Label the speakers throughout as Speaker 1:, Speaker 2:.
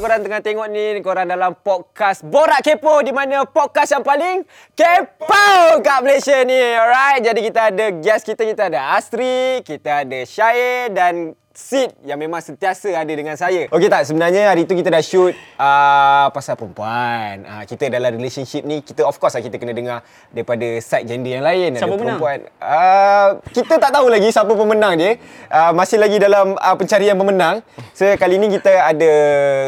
Speaker 1: korang tengah tengok ni, korang dalam podcast Borak Kepo di mana podcast yang paling kepo kat Malaysia ni. Alright, jadi kita ada guest kita, kita ada Astri, kita ada Syair dan Sid yang memang sentiasa ada dengan saya. Okey tak, sebenarnya hari tu kita dah shoot uh, pasal perempuan. Uh, kita dalam relationship ni, kita of course lah kita kena dengar daripada side gender yang lain.
Speaker 2: Siapa
Speaker 1: ada
Speaker 2: menang?
Speaker 1: perempuan. Uh, kita tak tahu lagi siapa pemenang dia. Uh, masih lagi dalam uh, pencarian pemenang. So kali ni kita ada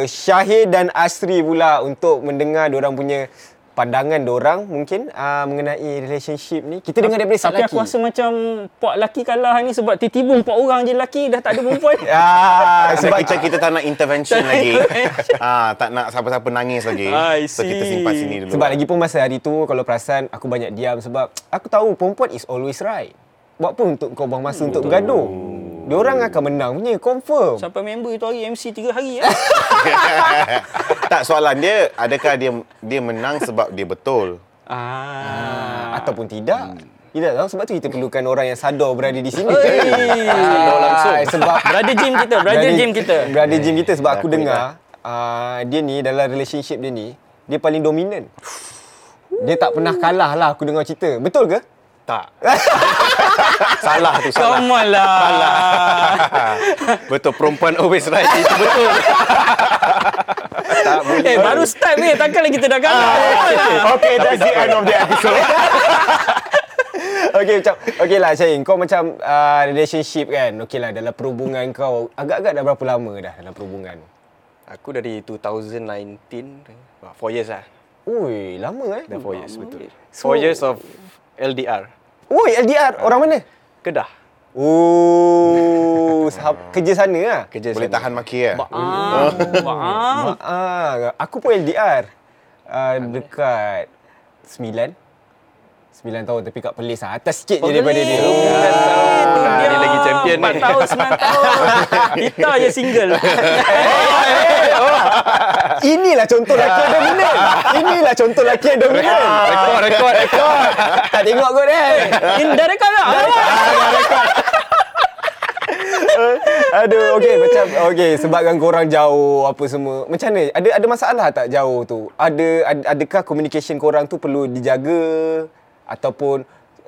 Speaker 1: Syahir dan Asri pula untuk mendengar orang punya pandangan orang mungkin uh, mengenai relationship ni. Kita dengar daripada side
Speaker 2: Tapi
Speaker 1: lelaki.
Speaker 2: aku rasa macam Pak laki kalah ni Sebab tiba-tiba empat orang je lelaki Dah tak ada perempuan
Speaker 1: Ah,
Speaker 3: Sebab
Speaker 1: sebab
Speaker 3: kita kita tak nak intervention Ah,
Speaker 2: Tak nak
Speaker 3: lagi.
Speaker 2: intervention.
Speaker 3: Ah, tak nak siapa-siapa nangis lagi.
Speaker 2: I
Speaker 3: So kita
Speaker 2: see.
Speaker 3: simpan sini dulu.
Speaker 1: Sebab lagi pun masa hari tu kalau perasan aku banyak diam sebab aku tahu perempuan is always right. Buat apa untuk kau buang masa untuk bergaduh? Diorang akan menang punya confirm.
Speaker 2: Sampai member itu hari MC 3 hari ya.
Speaker 3: tak soalan dia adakah dia dia menang sebab dia betul.
Speaker 2: ah.
Speaker 1: Ataupun tidak. Kita tak tahu sebab tu kita perlukan orang yang sadar berada di sini.
Speaker 2: Hey.
Speaker 1: Sadar langsung. Eh, Sebab
Speaker 2: Brother Jim kita Brother Jim kita
Speaker 1: Brother Jim kita sebab aku
Speaker 3: Aku
Speaker 1: dengar uh, dia ni dalam relationship dia ni dia paling dominan. Dia tak pernah kalah lah aku dengar cerita. Betul ke?
Speaker 3: Tak. salah tu salah.
Speaker 2: Kamal lah
Speaker 3: betul perempuan always right. Itu betul. tak boleh.
Speaker 2: Eh baru start ni Takkanlah kita dah kalah
Speaker 3: Okay, that's the end of the episode.
Speaker 1: Okay macam Okay lah Syahin Kau macam uh, Relationship kan Okay lah dalam perhubungan kau Agak-agak dah berapa lama dah Dalam perhubungan
Speaker 4: Aku dari 2019 Wah, Four years lah
Speaker 1: Ui lama eh
Speaker 4: Dah four years betul
Speaker 1: So-
Speaker 4: Four years of LDR
Speaker 1: Ui LDR Orang mana?
Speaker 4: Kedah
Speaker 1: Oh sahab, Kerja sana lah
Speaker 4: Kerja
Speaker 3: boleh tahan maki ya?
Speaker 2: Ah, Faham
Speaker 1: ah, Aku pun LDR uh, Dekat Sembilan Sembilan tahun Tapi kat Perlis lah Atas sikit
Speaker 3: Oh,
Speaker 1: je daripada dia
Speaker 2: Itu dia
Speaker 4: Ni lagi champion ni.
Speaker 2: 4 tahun 9 tahun Kita je single
Speaker 1: Oh. Inilah contoh lelaki yang dominan Inilah contoh lelaki yang dominan
Speaker 3: Rekod, rekod, rekod.
Speaker 1: Tak tengok kot eh
Speaker 2: Indirect kalah
Speaker 1: Aduh, okey macam okey sebabkan korang jauh apa semua. Macam mana? Ada ada masalah tak jauh tu? Ada ad- adakah communication korang tu perlu dijaga ataupun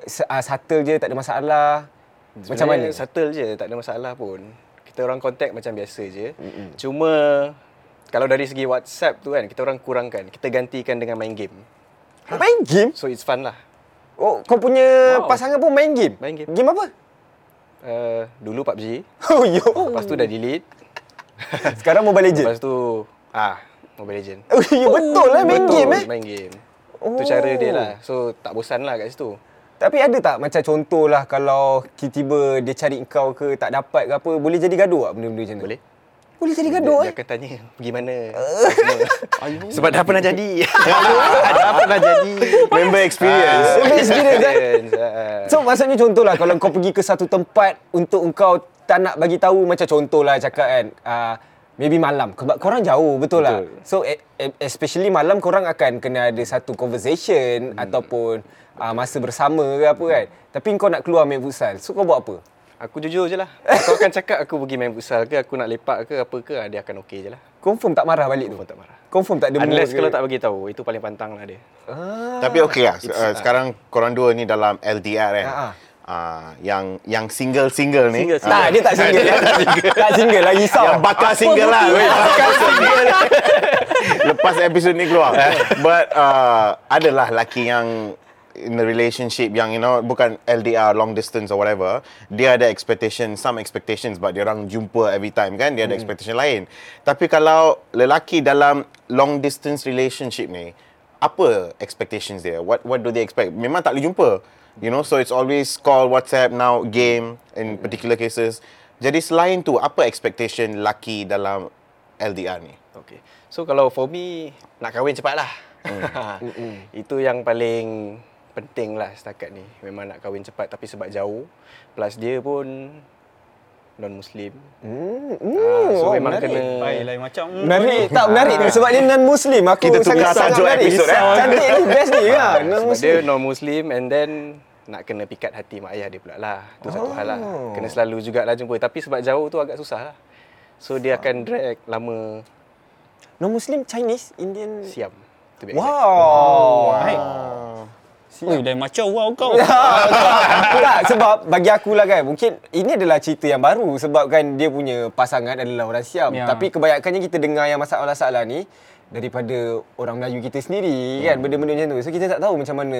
Speaker 1: se- ah, subtle je tak ada masalah? Macam mana?
Speaker 4: Sebenarnya Subtle je Tak ada masalah pun Kita orang contact macam biasa je mm Cuma Kalau dari segi WhatsApp tu kan Kita orang kurangkan Kita gantikan dengan main game
Speaker 1: Main game?
Speaker 4: So it's fun lah
Speaker 1: Oh, kau punya
Speaker 2: Wow.
Speaker 1: pasangan pun main game?
Speaker 4: Main game.
Speaker 1: Game apa?
Speaker 4: uh, Dulu PUBG
Speaker 1: Oh, yo.
Speaker 4: Lepas tu dah delete
Speaker 1: Sekarang Mobile Legends.
Speaker 4: Lepas tu Ah Mobile Legend
Speaker 1: Oh, ya, betul lah main
Speaker 4: Betul,
Speaker 1: game eh.
Speaker 4: Main game
Speaker 1: Oh.
Speaker 4: Tu cara dia lah So tak bosan lah kat situ
Speaker 1: Tapi ada tak macam contohlah kalau tiba-tiba dia cari kau ke tak dapat ke apa, boleh jadi gaduh tak benda-benda macam tu?
Speaker 4: Boleh.
Speaker 1: Boleh jadi gaduh
Speaker 4: Dia
Speaker 1: eh?
Speaker 4: akan tanya pergi mana semua. Sebab dah pernah jadi Dah pernah jadi
Speaker 3: Member experience.
Speaker 1: Boleh experience eh?
Speaker 4: Experience, ah.
Speaker 1: So maksudnya contohlah kalau kau pergi ke satu tempat untuk engkau tak nak bagi tahu macam contohlah cakap kan uh, maybe malam sebab korang jauh betul, lah. So e- e- especially malam korang akan kena ada satu
Speaker 4: Hmm.
Speaker 1: conversation ataupun uh, masa bersama ke apa kan. Tapi kau nak keluar main futsal. So kau buat apa?
Speaker 4: Aku jujur je lah Kau akan cakap aku pergi main futsal ke Aku nak lepak ke apa ke ah, Dia akan okey je lah
Speaker 1: Confirm tak marah balik tu.
Speaker 4: Confirm tak marah.
Speaker 1: Confirm tak ada mood
Speaker 4: Unless
Speaker 1: ke?
Speaker 4: kalau tak bagi tahu Itu paling pantang lah dia
Speaker 3: Tapi okey lah. Se- Uh, sekarang korang dua ni dalam LDR kan.
Speaker 1: Ha, ha.
Speaker 3: Uh, yang yang single-single ni.
Speaker 2: Single,
Speaker 1: tak,
Speaker 3: ah,
Speaker 1: dia tak single. tak single lagi risau.
Speaker 3: Yang bakal single lah. Weh, bakal single. Lepas episod ni keluar. But uh, adalah lelaki yang in a relationship yang you know bukan LDR long distance or whatever dia ada expectation some expectations but dia orang jumpa every time kan dia ada expectation lain tapi kalau lelaki dalam long distance relationship ni apa expectations dia what what do they expect memang tak boleh jumpa you know so it's always call WhatsApp now game in particular cases jadi selain tu, apa expectation lelaki dalam LDR ni?
Speaker 4: Okay So kalau for me Nak kahwin cepat lah Itu yang paling penting lah setakat ni Memang nak kahwin cepat Tapi sebab jauh Plus dia pun Non-Muslim Ah,
Speaker 1: oh,
Speaker 4: So memang
Speaker 1: menarik.
Speaker 4: kena
Speaker 2: Baik lain macam
Speaker 1: Menarik tak menarik ni sebab dia non muslim aku
Speaker 3: Kita tukar
Speaker 1: sangat-
Speaker 3: tajuk
Speaker 1: sangat menarik.
Speaker 3: episod, eh.
Speaker 1: Cantik ni best ni ya. Non
Speaker 4: Sebab
Speaker 1: muslim.
Speaker 4: dia non-Muslim and then nak kena pikat hati mak ayah dia pula lah. Tu satu hal lah.
Speaker 1: Oh.
Speaker 4: Kena selalu jugalah jumpa. Tapi sebab jauh tu agak susah lah. So dia akan drag lama.
Speaker 1: Non-Muslim, Chinese, Indian.
Speaker 4: Siam. To be exact.
Speaker 1: Wow. Right.
Speaker 2: Ui, dah macam wow kau.
Speaker 1: tak, sebab bagi aku lah kan, mungkin ini adalah cerita yang baru sebab kan dia punya pasangan adalah orang Siam.
Speaker 2: Ya.
Speaker 1: Tapi kebanyakannya kita dengar yang masalah-masalah ni daripada orang Melayu kita sendiri kan benda-benda macam tu. So kita tak tahu macam mana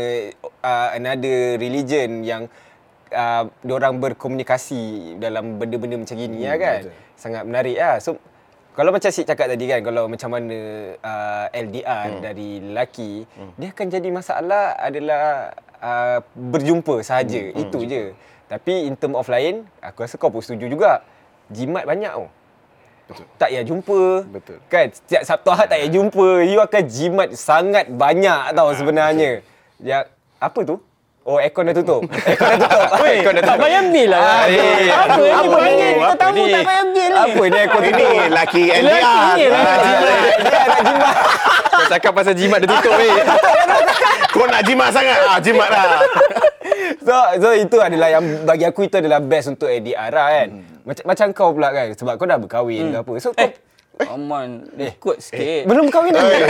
Speaker 1: uh, another religion yang uh, orang berkomunikasi dalam benda-benda macam gini lah kan. Sangat menarik lah. So kalau macam Sik cakap tadi kan, kalau macam mana uh, LDR dari lelaki, dia akan jadi masalah adalah uh, berjumpa sahaja. Itu je. Tapi in term of lain, aku rasa kau pun setuju juga. Jimat banyak oh. tau. Betul. Tak payah jumpa.
Speaker 4: Betul.
Speaker 1: Kan? Setiap Sabtu Ahad tak payah jumpa. You akan jimat sangat banyak tau sebenarnya. Ya, apa tu? Oh, aircon dah tutup. aircon dah tutup.
Speaker 2: Weh,
Speaker 1: Aircon dah
Speaker 2: tak
Speaker 1: tutup.
Speaker 2: payah bil lah.
Speaker 1: eh,
Speaker 2: Apa yang
Speaker 1: apa
Speaker 2: dipanggil?
Speaker 1: ni?
Speaker 2: Kita
Speaker 1: Apa
Speaker 2: tamu tak payah bil ni.
Speaker 1: Apa ni aircon tutup?
Speaker 3: Ini laki
Speaker 2: Lelaki
Speaker 3: LDR.
Speaker 2: ni, lah. lelaki.
Speaker 3: Ah, jimat.
Speaker 4: Kau cakap pasal jimat dia tutup weh.
Speaker 3: Kau nak jimat sangat? Ah, jimat lah.
Speaker 1: So, so itu adalah yang bagi aku itu adalah best untuk ADR lah kan. Macam macam kau pula kan sebab kau dah berkahwin ke apa. So kau
Speaker 2: Aman, ikut sikit.
Speaker 1: belum kahwin lagi.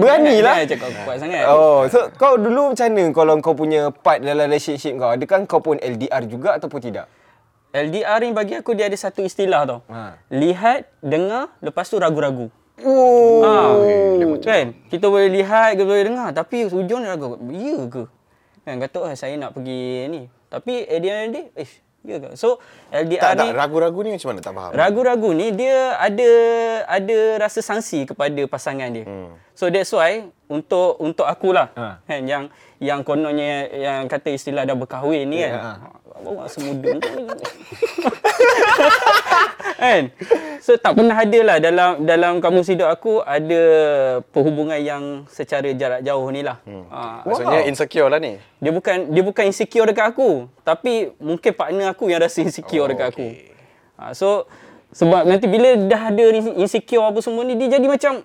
Speaker 1: Beranilah.
Speaker 2: Jangan cakap kuat sangat.
Speaker 1: ya. Oh, so kau dulu macam mana kalau kau punya part dalam relationship kau? Adakah kau pun LDR juga ataupun tidak?
Speaker 2: LDR ni bagi aku dia ada satu istilah tau.
Speaker 1: Ha.
Speaker 2: Lihat, dengar, lepas tu ragu-ragu.
Speaker 1: Oh.
Speaker 2: Ha, kan? Kita boleh lihat, kita boleh dengar. Tapi hujung dia ragu. Ya ke? Kan, kata, oh, saya nak pergi ni. Tapi at the end of the day, eh, ya ke? So,
Speaker 3: Tak,
Speaker 2: LDR
Speaker 3: tak.
Speaker 2: ni...
Speaker 3: Ragu-ragu ni macam mana? Tak faham.
Speaker 2: Ragu-ragu ni dia ada ada rasa sangsi kepada pasangan dia. Hmm. So that's why untuk untuk akulah
Speaker 1: Ha.
Speaker 2: ha. kan yang yang kononnya yang kata istilah dah berkahwin ni kan.
Speaker 1: ha.
Speaker 2: Ha. Bawa semuda ni. kan? So tak pernah ada lah dalam dalam kamu hidup aku ada perhubungan yang secara jarak jauh ni lah. Hmm. Ha,
Speaker 4: Maksudnya insecure lah ni.
Speaker 2: dia bukan dia bukan insecure dekat aku, tapi mungkin partner aku yang rasa insecure oh, dekat aku. Ha, so sebab nanti bila dah ada ni- insecure apa semua ni dia jadi macam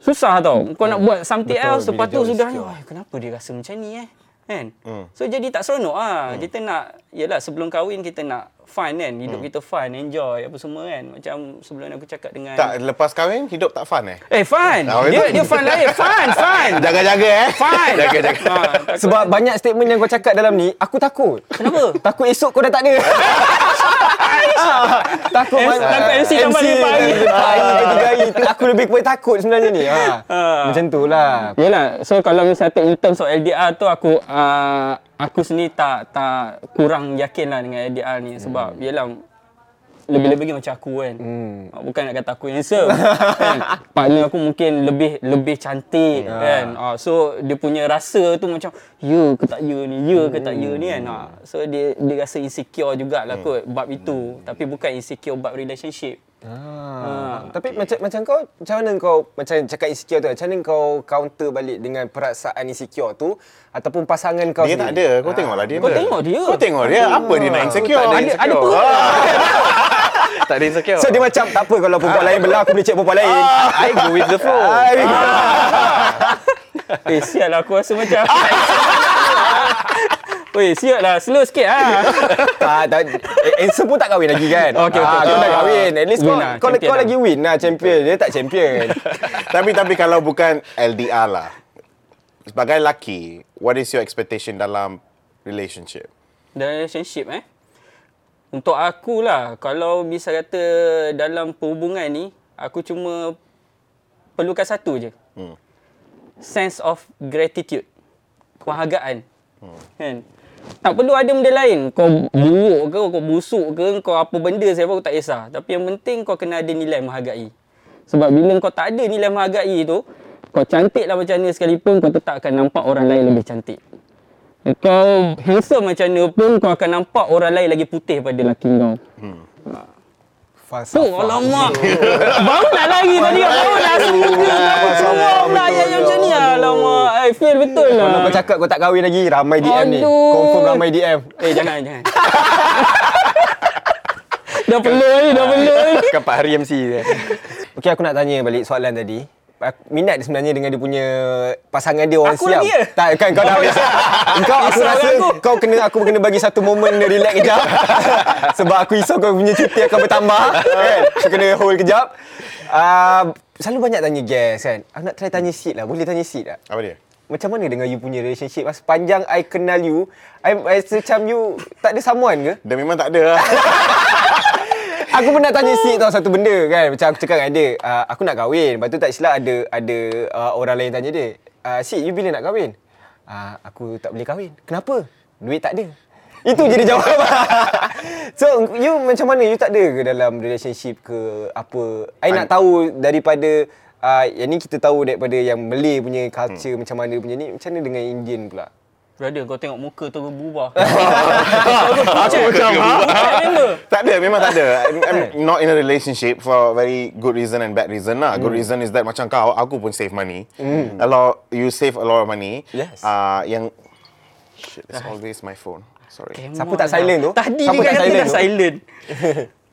Speaker 2: susah tau. Kau nak buat something
Speaker 1: Betul,
Speaker 2: Betul, else
Speaker 1: bila
Speaker 2: lepas tu
Speaker 1: dia
Speaker 2: sudah
Speaker 1: insecure.
Speaker 2: wah kenapa dia rasa macam ni eh? Kan? Hmm. So jadi tak seronok ah. Hmm. Kita nak yalah sebelum kahwin kita nak fun kan. Hidup hmm. kita fun, enjoy apa semua kan. Macam sebelum aku cakap dengan
Speaker 3: Tak, lepas kahwin hidup tak fun eh?
Speaker 2: Eh fun.
Speaker 3: Ah,
Speaker 2: Dia
Speaker 3: betul.
Speaker 2: dia fun lain. Fun, fun.
Speaker 3: Jaga-jaga eh.
Speaker 2: Fun.
Speaker 3: Jaga-jaga.
Speaker 2: Ha,
Speaker 1: Sebab banyak statement yang kau cakap dalam ni, aku takut.
Speaker 2: Kenapa?
Speaker 1: Takut esok kau dah tak ada. Ah, takut
Speaker 2: Eh, takut MC tambah lima hari.
Speaker 1: Empat hari ke tiga hari. Aku lebih kepada takut sebenarnya ni. Ha. Macam tu lah.
Speaker 2: Yelah, so kalau misalnya in terms of LDR tu aku uh, aku sendiri tak tak kurang yakin lah dengan LDR ni sebab hmm. yelah lebih-lebih lagi macam aku kan. Hmm. Bukan nak kata aku handsome. kan? Partner aku mungkin lebih lebih cantik kan. Uh, so dia punya rasa tu macam ya ke tak ya ni, ya ke tak ya ni kan. Uh, so dia dia rasa insecure jugalah kot bab itu. Tapi bukan insecure bab relationship.
Speaker 1: Ah. Tapi macam macam kau macam mana kau macam cakap insecure tu macam mana kau counter balik dengan perasaan insecure tu ataupun pasangan kau
Speaker 3: Dia tak ada.
Speaker 1: sendiri?
Speaker 3: Kau tengoklah dia.
Speaker 2: Ah. Kau
Speaker 3: ada.
Speaker 2: tengok dia.
Speaker 3: Kau tengok dia. Apa dia nak insecure?
Speaker 4: Tak ada
Speaker 3: Ada-
Speaker 4: insecure.
Speaker 2: Ada perut.
Speaker 4: Tak ada insecure.
Speaker 1: So dia macam tak apa kalau perempuan lain belah aku boleh cek perempuan lain.
Speaker 4: I go with the flow.
Speaker 1: Ah.
Speaker 2: Eh, sial lah. Aku rasa macam... Weh, sial lah. Slow sikit lah.
Speaker 1: tak, tak, eh, Anson pun tak kahwin lagi kan?
Speaker 2: Okey, okey,
Speaker 1: Ah, Kau
Speaker 2: okey.
Speaker 1: dah kahwin. At least kau,
Speaker 2: Win lah,
Speaker 1: kau,
Speaker 2: champion
Speaker 1: kau
Speaker 2: lah.
Speaker 1: lagi win lah champion. Dia tak champion.
Speaker 3: tapi tapi kalau bukan LDR lah. Sebagai lelaki, what is your expectation dalam relationship?
Speaker 2: dalam relationship eh. Untuk aku lah, kalau bisa kata dalam perhubungan ni, aku cuma perlukan satu je. Hmm. Sense of gratitude. Penghargaan. Hmm. Kan? Tak perlu ada benda lain. Kau buruk ke, kau busuk ke, kau apa benda saya pun aku tak kisah. Tapi yang penting kau kena ada nilai menghargai. Sebab bila kau tak ada nilai menghargai tu, kau cantik lah macam mana sekalipun, kau tetap akan nampak orang lain lebih cantik. Kau handsome macam mana pun kau akan nampak orang lain lagi putih pada laki kau.
Speaker 1: Falsafah.
Speaker 2: Fuh, alamak. Baru nak lari tadi. Baru nak semuka. Kenapa keluar pula yang yang macam ni? Alamak. I feel betul lah.
Speaker 1: Kalau kau cakap kau tak kahwin lagi, ramai DM ni.
Speaker 2: Aduh.
Speaker 1: Confirm ramai DM.
Speaker 2: Eh, jangan, jangan. dah perlu ni, dah perlu ni.
Speaker 4: Bukan Pak Hari MC dia.
Speaker 1: Okey, aku nak tanya balik soalan tadi. aku minat dia sebenarnya dengan dia punya pasangan dia orang
Speaker 2: Aku
Speaker 1: Siam.
Speaker 2: lagi ke?
Speaker 1: Tak kan kau dah habis. kau aku
Speaker 2: Risau
Speaker 1: rasa
Speaker 2: aku.
Speaker 1: kau kena aku kena bagi satu momen dia relax kejap. Sebab aku risau kau punya cuti akan bertambah kan. So kena hold kejap. Uh, selalu banyak tanya guest kan. Aku nak try tanya Sid lah. Boleh tanya Sid tak?
Speaker 3: Apa dia?
Speaker 1: Macam mana dengan you punya relationship? Mas, Sepanjang I kenal you, I, I rasa macam you tak ada someone ke?
Speaker 3: Dia memang tak ada lah.
Speaker 1: Aku pernah tanya Sik tau satu benda kan Macam aku cakap dengan dia uh, Aku nak kahwin Lepas tu tak silap ada ada uh, orang lain tanya dia uh, Sik you bila nak kahwin? Uh, aku tak boleh kahwin Kenapa? Duit tak ada Itu je dia jawab So you macam mana? You tak ada ke dalam relationship ke apa? I nak tahu daripada uh, Yang ni kita tahu daripada yang Malay punya culture macam mana punya ni Macam mana dengan Indian pula?
Speaker 2: Brother kau tengok muka tu berubah.
Speaker 3: Aku macam ha?
Speaker 2: member.
Speaker 3: Tak ada memang tak ada I'm, I'm not in a relationship For very good reason and bad reason lah
Speaker 2: Hmm.
Speaker 3: Good reason is that macam kau Aku pun save money A lot You save a lot of money
Speaker 1: Yes.
Speaker 3: uh, Yang Shit it's always my phone Sorry
Speaker 1: Siapa tak silent tu?
Speaker 2: lah. Tadi
Speaker 1: Siapa
Speaker 2: dia
Speaker 1: tak
Speaker 2: kata
Speaker 1: silent
Speaker 2: dah
Speaker 1: tu?
Speaker 2: silent.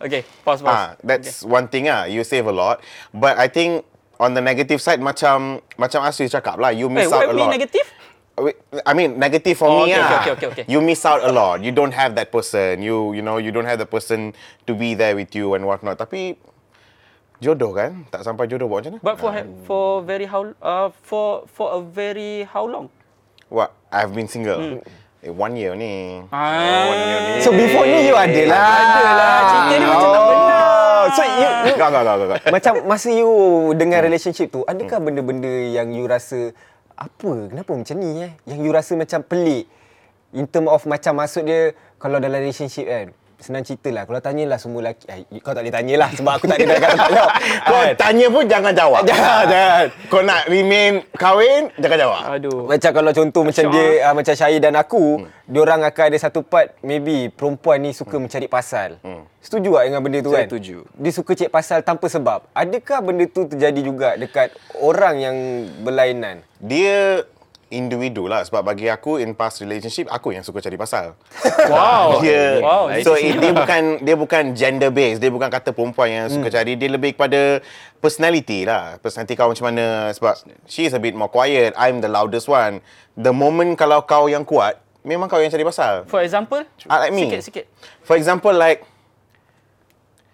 Speaker 2: okay, pause, pause.
Speaker 3: Ah, that's one thing ah. You save a lot, but I think on the negative side macam macam Asri cakap lah, you
Speaker 2: Wait,
Speaker 3: miss
Speaker 2: what
Speaker 3: out a
Speaker 2: mean
Speaker 3: lot.
Speaker 2: negative?
Speaker 3: I mean negative for
Speaker 2: Oh,
Speaker 3: me
Speaker 2: okay,
Speaker 3: ah.
Speaker 2: okay, okay, okay, okay.
Speaker 3: You miss out a lot. You don't have that person. You you know you don't have the person to be there with you and whatnot. Tapi jodoh kan? Tak sampai jodoh buat macam mana?
Speaker 2: But for for very how uh, for for a very how long?
Speaker 3: What? I've been single. Eh, one year ni.
Speaker 2: Hmm. Ah.
Speaker 3: One year ni. Ah.
Speaker 1: So before ni you ada lah
Speaker 2: Ada lah. Cerita dia macam tak benar.
Speaker 1: Oh. So you, you
Speaker 3: Gak, gak, gak, gak, gak.
Speaker 1: Macam masa you dengan relationship tu, adakah benda-benda yang you rasa apa? Kenapa macam ni eh? Yang you rasa macam pelik in term of macam maksud dia kalau dalam relationship kan. Senang cerita lah. Kalau tanyalah semua lelaki. Eh, kau tak boleh tanyalah sebab aku tak ada dalam kata kau.
Speaker 3: Kau
Speaker 2: Kan?
Speaker 1: Kan?
Speaker 3: tanya pun jangan jawab. Kan?
Speaker 1: Jangan, jangan.
Speaker 3: Kau nak remain kahwin, jangan jawab.
Speaker 2: Aduh.
Speaker 1: Macam kalau contoh macam dia uh, macam Syahir dan aku, hmm. diorang akan ada satu part maybe perempuan ni suka mencari pasal. Hmm. Setuju tak dengan benda tu
Speaker 4: Saya
Speaker 1: kan?
Speaker 4: setuju.
Speaker 1: Dia suka cari pasal tanpa sebab. Adakah benda tu terjadi juga dekat orang yang berlainan?
Speaker 3: Dia individu lah sebab bagi aku in past relationship aku yang suka cari pasal.
Speaker 2: Wow.
Speaker 3: Dia
Speaker 2: Wow.
Speaker 3: so it, dia bukan dia bukan gender based, dia bukan kata perempuan yang
Speaker 2: Hmm.
Speaker 3: suka cari, dia lebih kepada personality lah. Personality kau macam mana sebab she is a bit more quiet, I'm the loudest one. The moment kalau kau yang kuat, memang kau yang cari pasal.
Speaker 2: For example,
Speaker 3: Ah, like me.
Speaker 2: sikit sikit.
Speaker 3: For example like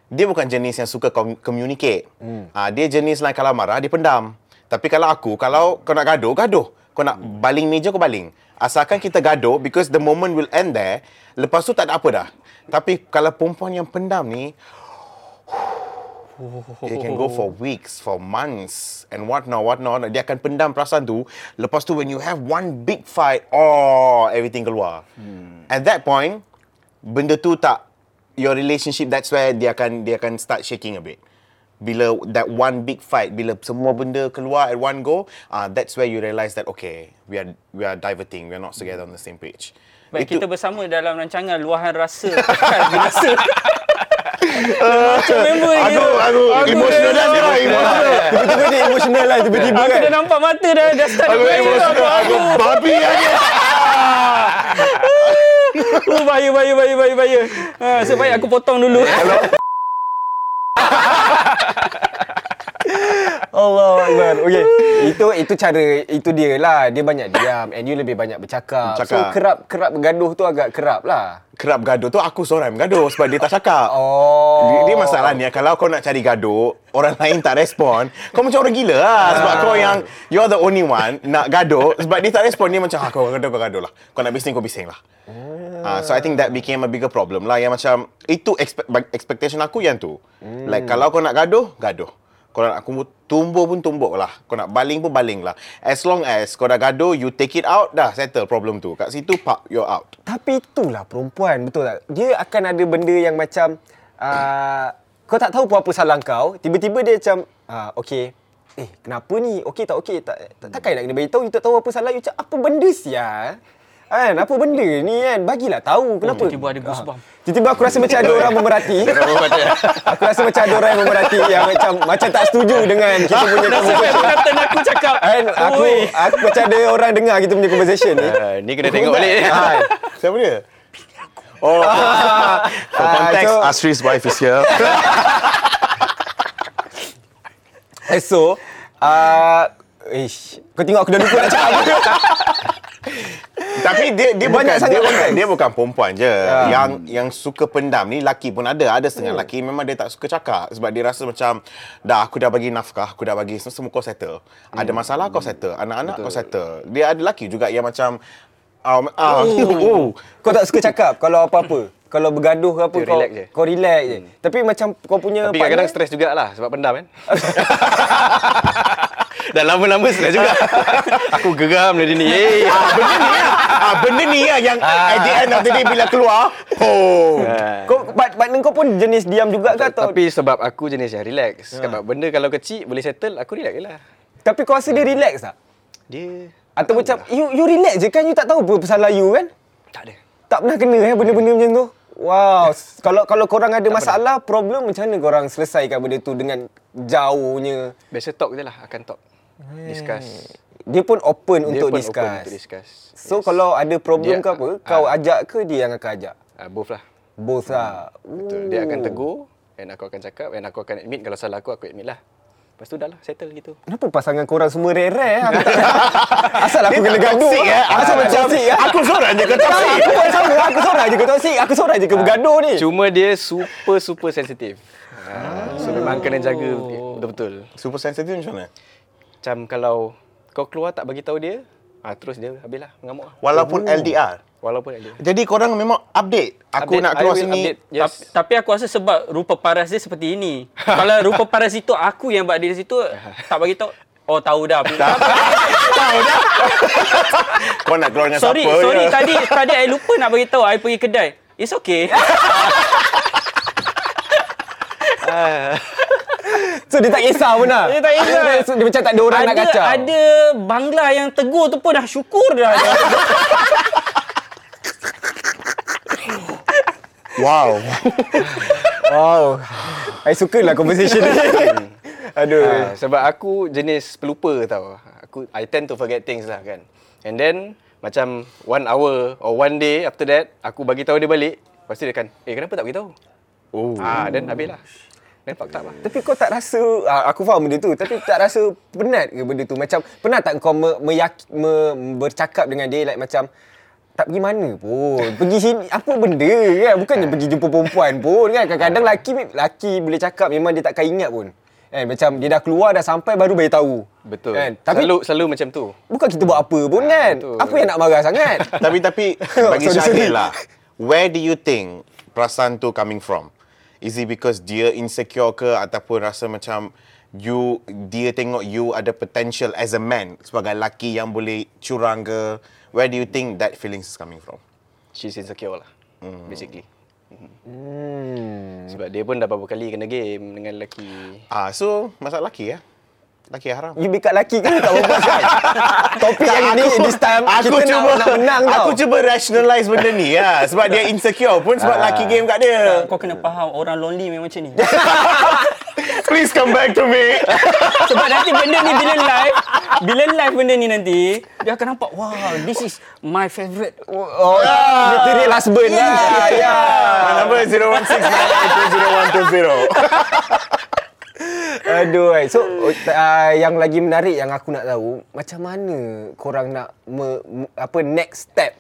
Speaker 3: dia bukan jenis yang suka com- communicate. Hmm. Ha, dia jenis lain kalau marah dia pendam. Tapi kalau aku kalau kau nak gaduh, gaduh. Kau nak baling meja kau baling. Asalkan kita gaduh because the moment will end there, lepas tu tak ada apa dah. Tapi kalau perempuan yang pendam ni It can go for weeks, for months and what not, what not. Dia akan pendam perasaan tu. Lepas tu when you have one big fight, oh, everything keluar. Hmm. At that point, benda tu tak your relationship that's where dia akan dia akan start shaking a bit. Bila that one big fight, bila semua benda keluar at one go, uh, that's where you realise that okay, we are we are diverting, we are not together on the same page.
Speaker 2: Baik, kita bersama dalam rancangan luahan rasa akan binasa. Macam member ni.
Speaker 3: aduh, emotional dah, emotional.
Speaker 1: Tiba-tiba dia emotional lah tiba-tiba
Speaker 2: Aku
Speaker 1: kan.
Speaker 2: dah nampak mata dah dah start
Speaker 3: Aku
Speaker 2: bahaya lah,
Speaker 3: emotional, aku babi aja.
Speaker 2: Oh bahaya bahaya bahaya bahaya bahaya. Ha so
Speaker 3: Eh.
Speaker 2: baik aku potong dulu.
Speaker 1: Allah Akbar. Okey. Itu itu cara itu dia lah. Dia banyak diam and you lebih banyak bercakap. So
Speaker 3: Bercakap.
Speaker 1: kerap-kerap bergaduh tu agak kerap lah.
Speaker 3: kerap gaduh tu aku seorang yang gaduh sebab dia tak cakap.
Speaker 1: Oh.
Speaker 3: Dia, dia masalah ni kalau kau nak cari gaduh, orang lain tak respon, kau macam orang gila lah sebab kau yang you're the only one nak gaduh sebab dia tak respon dia macam ah, kau gaduh kau gaduh lah. Kau nak bising kau bising lah. Ah, so I think that became a bigger problem lah yang macam itu expe- bag- expectation aku yang tu. Like kalau kau nak gaduh, gaduh. Kau nak aku tumbuk pun tumbuk lah. Kau nak baling pun baling lah. As long as kau dah gaduh, you take it out, dah settle problem tu. Kat situ, pak, you're out.
Speaker 1: Tapi itulah perempuan, betul tak? Dia akan ada benda yang macam uh, kau tak tahu pun apa salah kau, tiba-tiba dia macam uh, okey. Eh, kenapa ni? Okey tak okey tak, tak takkan nak kena beritahu, you tak tahu apa salah, you cakap apa benda sia? Kan, apa benda ni kan? Bagilah tahu kenapa.
Speaker 2: Oh, tiba-tiba ada goosebump.
Speaker 1: Ah. Tiba-tiba aku rasa macam ada orang memerhati. aku rasa macam ada orang yang memerhati yang macam macam tak setuju dengan kita punya
Speaker 2: Sampai
Speaker 1: conversation.
Speaker 2: kata aku cakap.
Speaker 1: Kan, aku
Speaker 2: Oi.
Speaker 1: aku macam ada orang dengar kita punya conversation ni.
Speaker 4: Ah, ni kena tengok balik.
Speaker 1: Ha,
Speaker 3: Siapa dia? Oh, for context,
Speaker 1: so-
Speaker 3: Asri's wife is here.
Speaker 1: Eh, So, Uh, ish, kau tengok aku dah lupa nak cakap apa.
Speaker 3: Tapi dia dia
Speaker 1: Banyak
Speaker 3: bukan
Speaker 1: sangat
Speaker 3: dia bukan,
Speaker 1: konteks.
Speaker 3: dia bukan perempuan je. Yang yang suka pendam ni laki pun ada. Ada setengah laki memang dia tak suka cakap sebab dia rasa macam dah aku dah bagi nafkah, aku dah bagi semua, semua kau settle. Ada masalah kau settle, anak-anak kau settle. Dia ada laki juga yang macam um, ah,
Speaker 1: Oh, kau tak suka cakap kalau apa-apa. Kalau bergaduh ke apa
Speaker 4: Dia
Speaker 1: kau
Speaker 4: relax je. Hmm.
Speaker 1: kau relax je. Tapi macam kau punya
Speaker 4: Tapi kadang-kadang
Speaker 1: partner-
Speaker 4: stres jugalah sebab pendam kan. Dah lama-lama stres juga. Aku geram
Speaker 1: Ah,
Speaker 4: dari ni. Eh. Hey.
Speaker 3: benda ni lah. Ah, benda ni lah yang at the end of the day bila keluar, oh.
Speaker 1: kau part- partner kau pun jenis diam juga ke atau
Speaker 4: Tapi sebab aku jenis yang
Speaker 1: Ah.
Speaker 4: relax. Sebab benda kalau kecil boleh settle, aku relax je lah.
Speaker 1: tapi kau rasa dia relax tak?
Speaker 4: Dia
Speaker 1: Atau macam you you relax je kan you tak tahu apa pasal you kan?
Speaker 4: tak ada.
Speaker 1: Tak pernah kena eh benda-benda macam tu. Wow, s- kalau kalau korang ada masalah, problem macam mana korang selesaikan benda tu dengan jauhnya?
Speaker 4: Biasa talk je lah, akan talk. Discuss.
Speaker 1: Dia pun open
Speaker 4: Dia
Speaker 1: untuk
Speaker 4: pun open
Speaker 1: discuss.
Speaker 4: untuk discuss.
Speaker 1: So yes. kalau ada problem
Speaker 4: Dia-
Speaker 1: ke apa, kau ajak ke dia yang akan ajak?
Speaker 4: Uh, both lah.
Speaker 1: Both lah.
Speaker 4: Betul. Dia akan tegur and aku akan cakap and aku akan admit kalau salah aku, aku admit lah. Lepas tu dah lah, settle gitu.
Speaker 1: Kenapa pasangan korang semua rare-rare? eh? Aku tak- Asal aku
Speaker 3: Dia
Speaker 1: kena
Speaker 3: tak
Speaker 1: gaduh.
Speaker 3: toxic, eh?
Speaker 1: Asal
Speaker 3: Ah,
Speaker 1: macam toxic eh?
Speaker 3: Aku seorang je kau
Speaker 1: Tak,
Speaker 3: toxic.
Speaker 1: Aku pun sama. Aku seorang je ke toxic. Aku seorang je ke bergaduh ni.
Speaker 4: Cuma dia super super sensitif. Ah, so memang kena jaga betul-betul.
Speaker 3: Super sensitive macam mana?
Speaker 4: Macam kalau kau keluar tak bagi tahu dia, ah terus dia habislah mengamuk. lah.
Speaker 3: Walaupun LDR.
Speaker 4: Walaupun dia.
Speaker 3: Jadi korang memang update. Aku
Speaker 4: Update,
Speaker 3: nak keluar
Speaker 4: I will
Speaker 3: sini.
Speaker 4: update. Yes.
Speaker 2: Tap- Tapi aku rasa sebab rupa paras dia seperti ini. Kalau rupa paras itu aku yang buat dia di situ tak bagi tahu. Oh tahu dah.
Speaker 3: Kau nak keluar dengan
Speaker 2: sorry,
Speaker 3: siapa?
Speaker 2: sorry
Speaker 3: je?
Speaker 2: tadi tadi I lupa nak bagi tahu I pergi kedai. It's okay.
Speaker 1: So dia tak kisah pun lah.
Speaker 2: Dia tak kisah.
Speaker 1: So, dia macam tak ada orang nak
Speaker 2: ada
Speaker 1: kacau.
Speaker 2: ada bangla yang tegur tu pun dah syukur dah.
Speaker 3: Wow.
Speaker 1: Wow. I sukalah conversation ni. Aduh.
Speaker 4: Ah, sebab aku jenis pelupa tau. Aku I tend to forget things lah kan. And then macam one hour or one day after that aku bagi tahu dia balik, lepas tu dia kan, "Eh, kenapa tak bagi tahu?"
Speaker 3: Oh.
Speaker 4: Ah, then habis lah. Then fucked up lah.
Speaker 1: Tapi kau tak rasa ah, Aku faham benda tu Tapi tak rasa penat ke benda tu Macam Pernah tak kau me, meyak, me, bercakap dengan dia Like macam Tak pergi mana pun Pergi sini Apa benda kan Bukannya pergi jumpa perempuan pun kan Kadang-kadang laki Laki bila cakap Memang dia takkan ingat pun Kan macam dia dah keluar dah sampai baru bagi tahu.
Speaker 4: Betul.
Speaker 1: Kan? Tapi
Speaker 4: selalu selalu macam tu.
Speaker 1: bukan kita buat apa pun kan.
Speaker 4: betul.
Speaker 1: Apa yang nak marah sangat?
Speaker 3: tapi tapi bagi
Speaker 1: Sorry, sorry.
Speaker 3: Syahil lah. Where do you think perasaan tu coming from? Is it because dia insecure ke ataupun rasa macam you dia tengok you ada potential as a man sebagai lelaki yang boleh curang ke? Where do you think that feelings is coming from?
Speaker 4: She's insecure lah. Mm. Basically. Hmm. Sebab dia pun dah beberapa kali kena game dengan lelaki.
Speaker 3: Ah, so masalah lelaki ya. Lelaki haram.
Speaker 1: You make up lelaki kan tak berbual kan? Topik
Speaker 3: Tak,
Speaker 1: yang ni this time
Speaker 3: aku
Speaker 1: kita
Speaker 3: cuba,
Speaker 1: nak, nak menang tau.
Speaker 3: Aku cuba rationalize benda ni lah. Sebab dia insecure pun sebab laki game kat dia.
Speaker 2: Kau kena faham orang lonely memang macam ni.
Speaker 3: Please come back to me.
Speaker 2: Sebab nanti benda ni bila live, bila live benda ni nanti, dia akan nampak, wow, this is my favourite.
Speaker 1: Oh,
Speaker 3: Ya.
Speaker 1: material husband lah. Ya.
Speaker 3: My Ah, number is 016
Speaker 1: Aduh. eh. So uh, yang lagi menarik yang aku nak tahu, macam mana korang nak me, me- apa next step?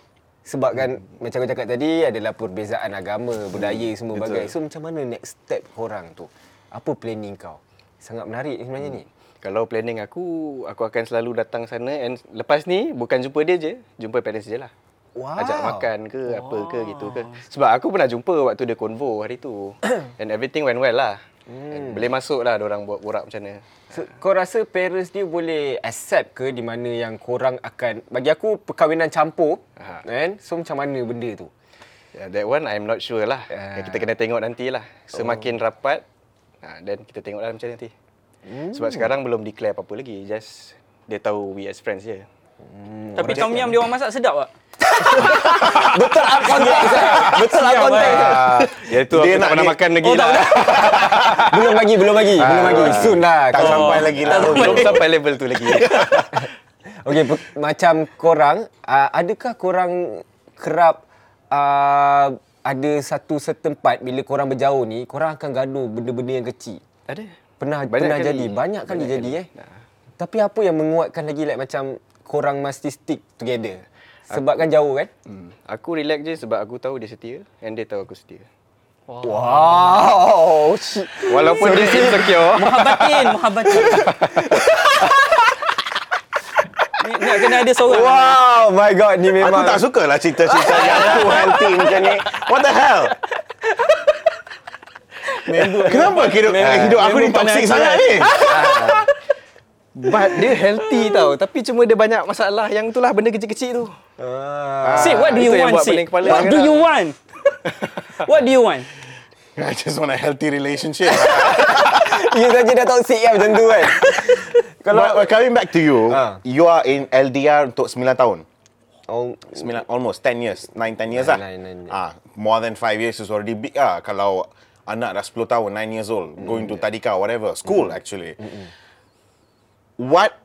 Speaker 1: Sebab kan macam aku cakap tadi adalah perbezaan agama, budaya
Speaker 3: Hmm,
Speaker 1: semua bagai. So macam mana next step korang tu? Apa planning kau? Sangat menarik sebenarnya ni.
Speaker 4: Kalau planning aku, aku akan selalu datang sana and lepas ni bukan jumpa dia je, jumpa parents dia lah.
Speaker 1: Wow.
Speaker 4: Ajak makan ke apa ke gitu ke. Sebab aku pernah jumpa waktu dia konvo hari tu. and everything went well lah. And boleh masuk lah orang buat borak macam mana.
Speaker 1: So, kau rasa parents dia boleh accept ke di mana yang korang akan bagi aku perkahwinan campur
Speaker 4: Aha.
Speaker 1: kan so macam mana benda tu
Speaker 4: Yeah, that one I'm not sure lah.
Speaker 1: Ah.
Speaker 4: Kita kena tengok nanti lah. Semakin rapat, ah, then kita tengok lah macam nanti. Sebab sekarang belum declare apa-apa lagi. Just dia tahu we as friends je.
Speaker 2: Tapi Tom Yam dia orang masak sedap tak?
Speaker 1: lah. betul out context eh? betul out context eh?
Speaker 4: Ya tu
Speaker 3: Dia nak
Speaker 4: aku tak pernah
Speaker 3: dia-
Speaker 4: makan lagi lah.
Speaker 1: belum lagi belum lagi belum lagi soon lah
Speaker 3: Tak
Speaker 1: kau-
Speaker 3: sampai lagi lah.
Speaker 4: Belum sampai level tu lagi.
Speaker 1: Okey, pe- macam korang, uh, adakah korang kerap uh, ada satu setempat bila korang berjauh ni, korang akan gaduh benda-benda yang kecil?
Speaker 4: Ada.
Speaker 1: Pernah
Speaker 4: Banyak
Speaker 1: pernah
Speaker 4: kali.
Speaker 1: jadi, banyak kali
Speaker 4: Banyak
Speaker 1: jadi eh. Tapi apa yang menguatkan lagi like macam korang mesti stick together? Sebab kan jauh kan?
Speaker 4: Hmm. Aku relax je sebab aku tahu dia setia and dia tahu aku setia.
Speaker 1: Wow. Oh, shit.
Speaker 4: Walaupun dia insecure.
Speaker 2: Muhabbatin, muhabbatin. ni, nak kena ada seorang.
Speaker 1: Wow, Oh, my god ni
Speaker 3: Aku
Speaker 1: memang
Speaker 3: tak suka lah cerita-cerita yang too healthy macam ni. What the hell? Kenapa hidup, hidup aku ni
Speaker 2: memang pandai
Speaker 3: toxic
Speaker 2: aku
Speaker 3: sangat
Speaker 2: kan?
Speaker 3: ni?
Speaker 4: But dia healthy tau. Tapi cuma dia banyak masalah yang itulah benda kecil-kecil tu.
Speaker 1: Ah.
Speaker 2: Sid, what do you
Speaker 4: Itu yang
Speaker 2: want,
Speaker 4: buat
Speaker 2: Sid?
Speaker 4: pening kepala kan?
Speaker 2: What do
Speaker 4: sekarang.
Speaker 2: you want? What do you want?
Speaker 3: I just want a healthy relationship.
Speaker 1: You saja dah toxic kan macam tu kan?
Speaker 3: Kalau But, coming back to you,
Speaker 1: Ah.
Speaker 3: you are in LDR untuk 9 tahun.
Speaker 1: Oh,
Speaker 3: Sembilan, almost 10 years. 9, 10 years lah.
Speaker 1: Nine, nine, nine.
Speaker 3: Ah, more than 5 years is already big ah. Kalau anak dah 10 tahun, 9 years old, going to tadika or whatever, school actually. What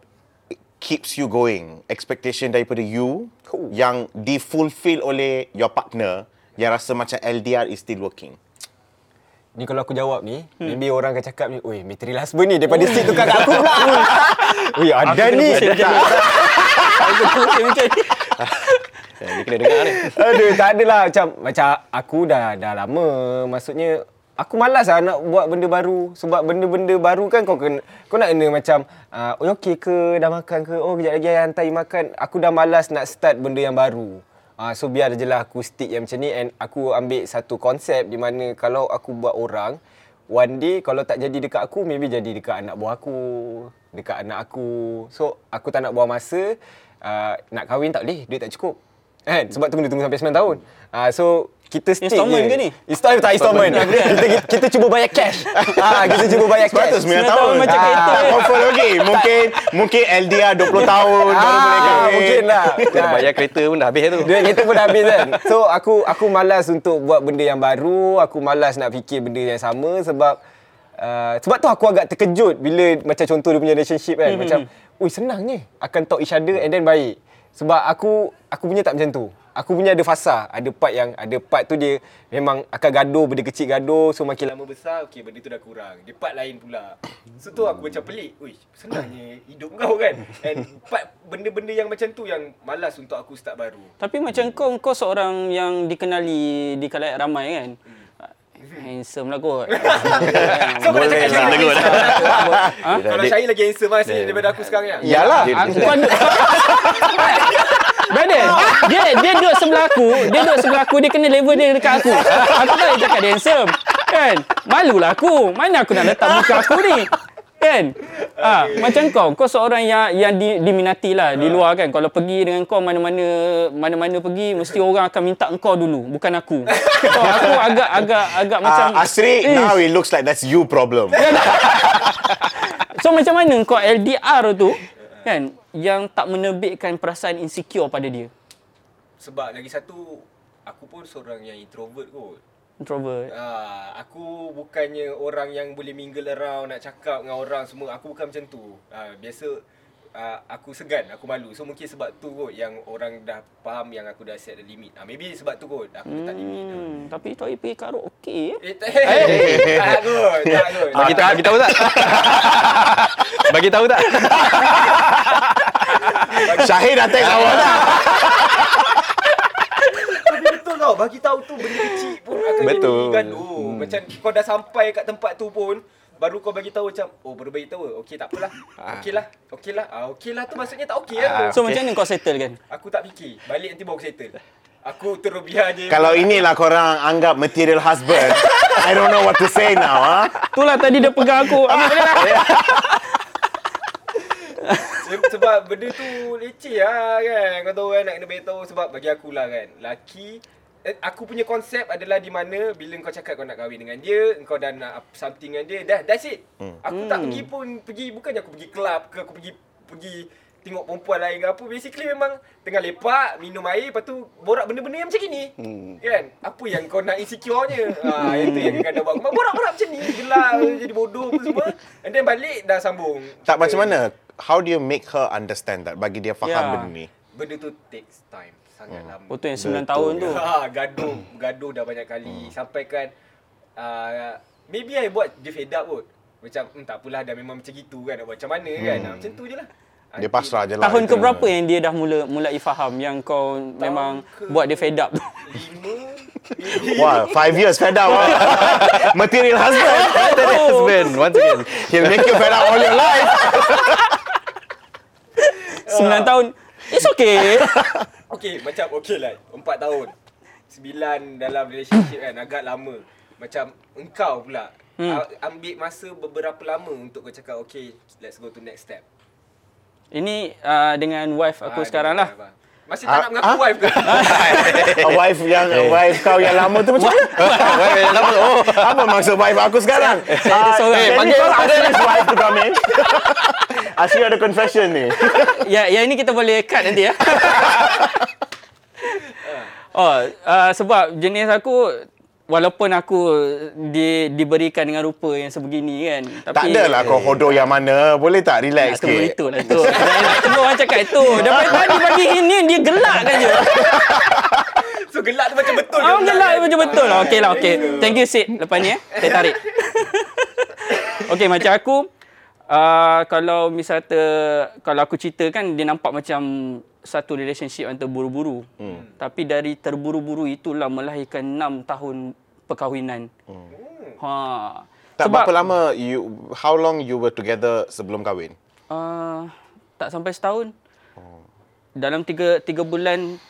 Speaker 3: keeps you going? Expectation daripada you yang di-fulfill oleh your partner yang rasa macam LDR is still working.
Speaker 1: ni kalau aku jawab ni, maybe orang akan cakap ni, "Oi, material husband ni daripada Sid tukar kat aku pula." Oi, ada
Speaker 2: Kena
Speaker 1: ni.
Speaker 2: pusing macam ni. Aku kena pusing macam ni.
Speaker 4: Dia kena dengar ni.
Speaker 1: Aduh, tak adalah macam macam aku dah dah lama. Maksudnya aku malas lah nak buat benda baru sebab benda-benda baru kan kau kena kau nak kena macam uh, oh okey ke dah makan ke oh kejap lagi ayah hantar you makan aku dah malas nak start benda yang baru uh, so biar je lah aku stick yang macam ni and aku ambil satu konsep di mana kalau aku buat orang one day kalau tak jadi dekat aku maybe jadi dekat anak buah aku dekat anak aku so aku tak nak buang masa uh, nak kahwin tak boleh duit tak cukup Kan? Sebab tu kena tunggu sampai 9 tahun. Ah so kita stick
Speaker 2: Installment
Speaker 1: je.
Speaker 2: ke ni?
Speaker 1: Installment tak installment. kita, kita, kita cuba bayar cash. ah kita cuba bayar
Speaker 3: Sebab tu
Speaker 1: cash.
Speaker 3: 9
Speaker 2: Sembilan
Speaker 3: tahun.
Speaker 2: tahun macam kereta.
Speaker 3: Tak confirm lagi. Mungkin mungkin LDR 20 tahun baru boleh
Speaker 1: Ah,
Speaker 3: kahwin.
Speaker 1: mungkin lah.
Speaker 4: Dia
Speaker 1: Ah,
Speaker 4: bayar kereta pun dah habis tu.
Speaker 1: Duit kereta pun dah habis kan. So aku aku malas untuk buat benda yang baru, aku malas nak fikir benda yang sama sebab uh, sebab tu aku agak terkejut bila macam contoh dia punya relationship kan. Mm-hmm. Macam, "Ui, senang ni. Akan talk each other and then baik." Sebab aku aku punya tak macam tu. Aku punya ada fasa, ada part yang ada part tu dia memang akan gaduh, benda kecil gaduh, so makin lama besar, okey benda tu dah kurang. Dia part lain pula. So tu aku macam pelik. Ui, senangnya hidup kau kan. And part benda-benda yang macam tu yang malas untuk aku start baru.
Speaker 2: Tapi macam kau, kau seorang yang dikenali di kalayak ramai kan? Handsome lah kot.
Speaker 1: Boleh
Speaker 3: Boleh
Speaker 1: lah.
Speaker 3: lah.
Speaker 2: ha?
Speaker 1: Kalau Syahir lagi handsome lah sini daripada aku sekarang ya.
Speaker 3: Yalah.
Speaker 2: Aku kan Brother, dia dia duduk sebelah aku, dia duduk sebelah aku, dia kena level dia dekat aku. Aku tak boleh cakap dia handsome. Kan? Malulah aku. Mana aku nak letak muka aku ni? Kan? Ah, macam kau, kau seorang yang yang di, diminati lah di luar kan. Kalau pergi dengan kau mana-mana mana-mana pergi mesti orang akan minta kau dulu, bukan aku. So, aku agak agak agak macam Eh.
Speaker 3: Ah, Asri,
Speaker 2: Ish.
Speaker 3: now it looks like that's you problem.
Speaker 2: So macam mana kau LDR tu kan yang tak menerbitkan perasaan insecure pada dia?
Speaker 5: Sebab lagi satu aku pun seorang yang introvert kot.
Speaker 2: Introvert.
Speaker 5: Ah, aku bukannya orang yang boleh mingle around nak cakap dengan orang semua. Aku bukan macam tu. Ah, biasa ah, aku segan, aku malu. So mungkin sebab tu kot yang orang dah faham yang aku dah set the limit. Ah, maybe sebab tu kot aku letak limit.
Speaker 2: Hmm, tapi Toy pergi karaoke eh.
Speaker 5: Eh, tak, tak kot, tak kot.
Speaker 4: Bagi tahu, bagi tahu tak? bagi tahu tak?
Speaker 3: Syahid dah text awal dah.
Speaker 5: Tapi betul tau Bagi tahu tu benda kecil pun akan
Speaker 4: Betul.
Speaker 5: jadi gaduh. Hmm. Macam kau dah sampai kat tempat tu pun baru kau bagi tahu macam oh baru bagi tahu okey tak apalah okeylah okeylah ah okeylah tu maksudnya tak okey lah tu.
Speaker 2: So macam mana kau settle kan?
Speaker 5: aku tak fikir balik nanti baru aku settle aku terus biar je
Speaker 3: Kalau inilah korang anggap material husband, I don't know what to say now. Ha?
Speaker 2: Itulah tadi dia pegang aku. Ambil benda lah.
Speaker 5: Se- sebab benda tu leceh lah kan kau tahu kan nak kena bagi tahu sebab bagi aku lah kan laki eh, aku punya konsep adalah di mana bila kau cakap kau nak kahwin dengan dia kau dah nak up- something dengan dia dah that's it
Speaker 3: Hmm.
Speaker 5: aku tak pergi pun pergi bukannya aku pergi club ke aku pergi pergi tengok perempuan lain ke apa basically memang tengah lepak minum air lepas tu borak benda-benda yang macam gini
Speaker 3: Hmm.
Speaker 5: kan apa yang kau nak insecure-nya ha yang tu yang kadang buat aku borak-borak macam ni gelap jadi bodoh apa semua and then balik dah sambung
Speaker 3: Tak macam mana? How do you make her understand that? Bagi dia faham
Speaker 2: Yeah.
Speaker 3: benda ni.
Speaker 5: benda tu takes time sangat lama.
Speaker 2: Oh tu yang 9 tahun tu.
Speaker 5: Ha, gaduh,
Speaker 2: Hmm.
Speaker 5: gaduh dah banyak kali sampai kan uh, maybe I buat dia fed up kot. Macam hmm, tak apalah dah memang macam gitu kan. Nak buat macam mana kan. Hmm. Macam tu je lah.
Speaker 3: Dia pasrah je lah.
Speaker 2: Tahun
Speaker 3: Kita-
Speaker 2: ke berapa yang dia dah mula mulai faham yang kau memang
Speaker 5: ke-
Speaker 2: buat dia fed up tu?
Speaker 5: Lima.
Speaker 3: Wow, five years fed up. Wow. Material husband.
Speaker 4: husband once again.
Speaker 3: He'll make you fed up all your life.
Speaker 2: 9 tahun. It's okay.
Speaker 5: Okay macam okay lah. Empat tahun. Sembilan dalam relationship kan. Agak lama. Macam engkau pula. Hmm. ambil masa beberapa lama untuk kau cakap okay let's go to next step.
Speaker 2: Ini uh, dengan wife aku
Speaker 5: Ah,
Speaker 2: sekarang
Speaker 5: dia
Speaker 2: lah. ah.
Speaker 5: cakap, "Abang, Masih tak nak mengaku wife ke?
Speaker 3: A wife yang a wife kau yang lama tu macam mana? Oh, apa maksud wife aku sekarang? Ah.
Speaker 2: ada seorang.
Speaker 3: Eh,
Speaker 2: Panggil
Speaker 3: panggil his wife to come in. Asyik ada confession ni.
Speaker 2: Ya, yang ini kita boleh cut nanti ya. oh, uh, sebab jenis aku walaupun aku di, diberikan dengan rupa yang sebegini kan. Tapi
Speaker 3: Tak adalah kau hodor yang mana. Boleh tak
Speaker 2: Nak
Speaker 3: relax
Speaker 2: tegur
Speaker 3: sikit?
Speaker 2: itu lah tu. Jangan nak tegur orang cakap itu. Daripada tadi bagi ini dia gelakkan je.
Speaker 5: so gelak tu macam betul.
Speaker 2: Orang Ah, gelak macam betul lah. Okey lah, okey. Thank you, Sid. Lepas ni, eh. Saya tarik. okey, macam aku, uh, kalau misal ter, kalau aku cerita kan, dia nampak macam satu relationship yang terburu-buru. Hmm. Tapi dari terburu-buru itulah melahirkan enam tahun perkahwinan. Hmm. Ha.
Speaker 3: Tak berapa lama you how long you were together sebelum kahwin?
Speaker 2: Uh, tak sampai setahun. Dalam tiga, tiga bulan,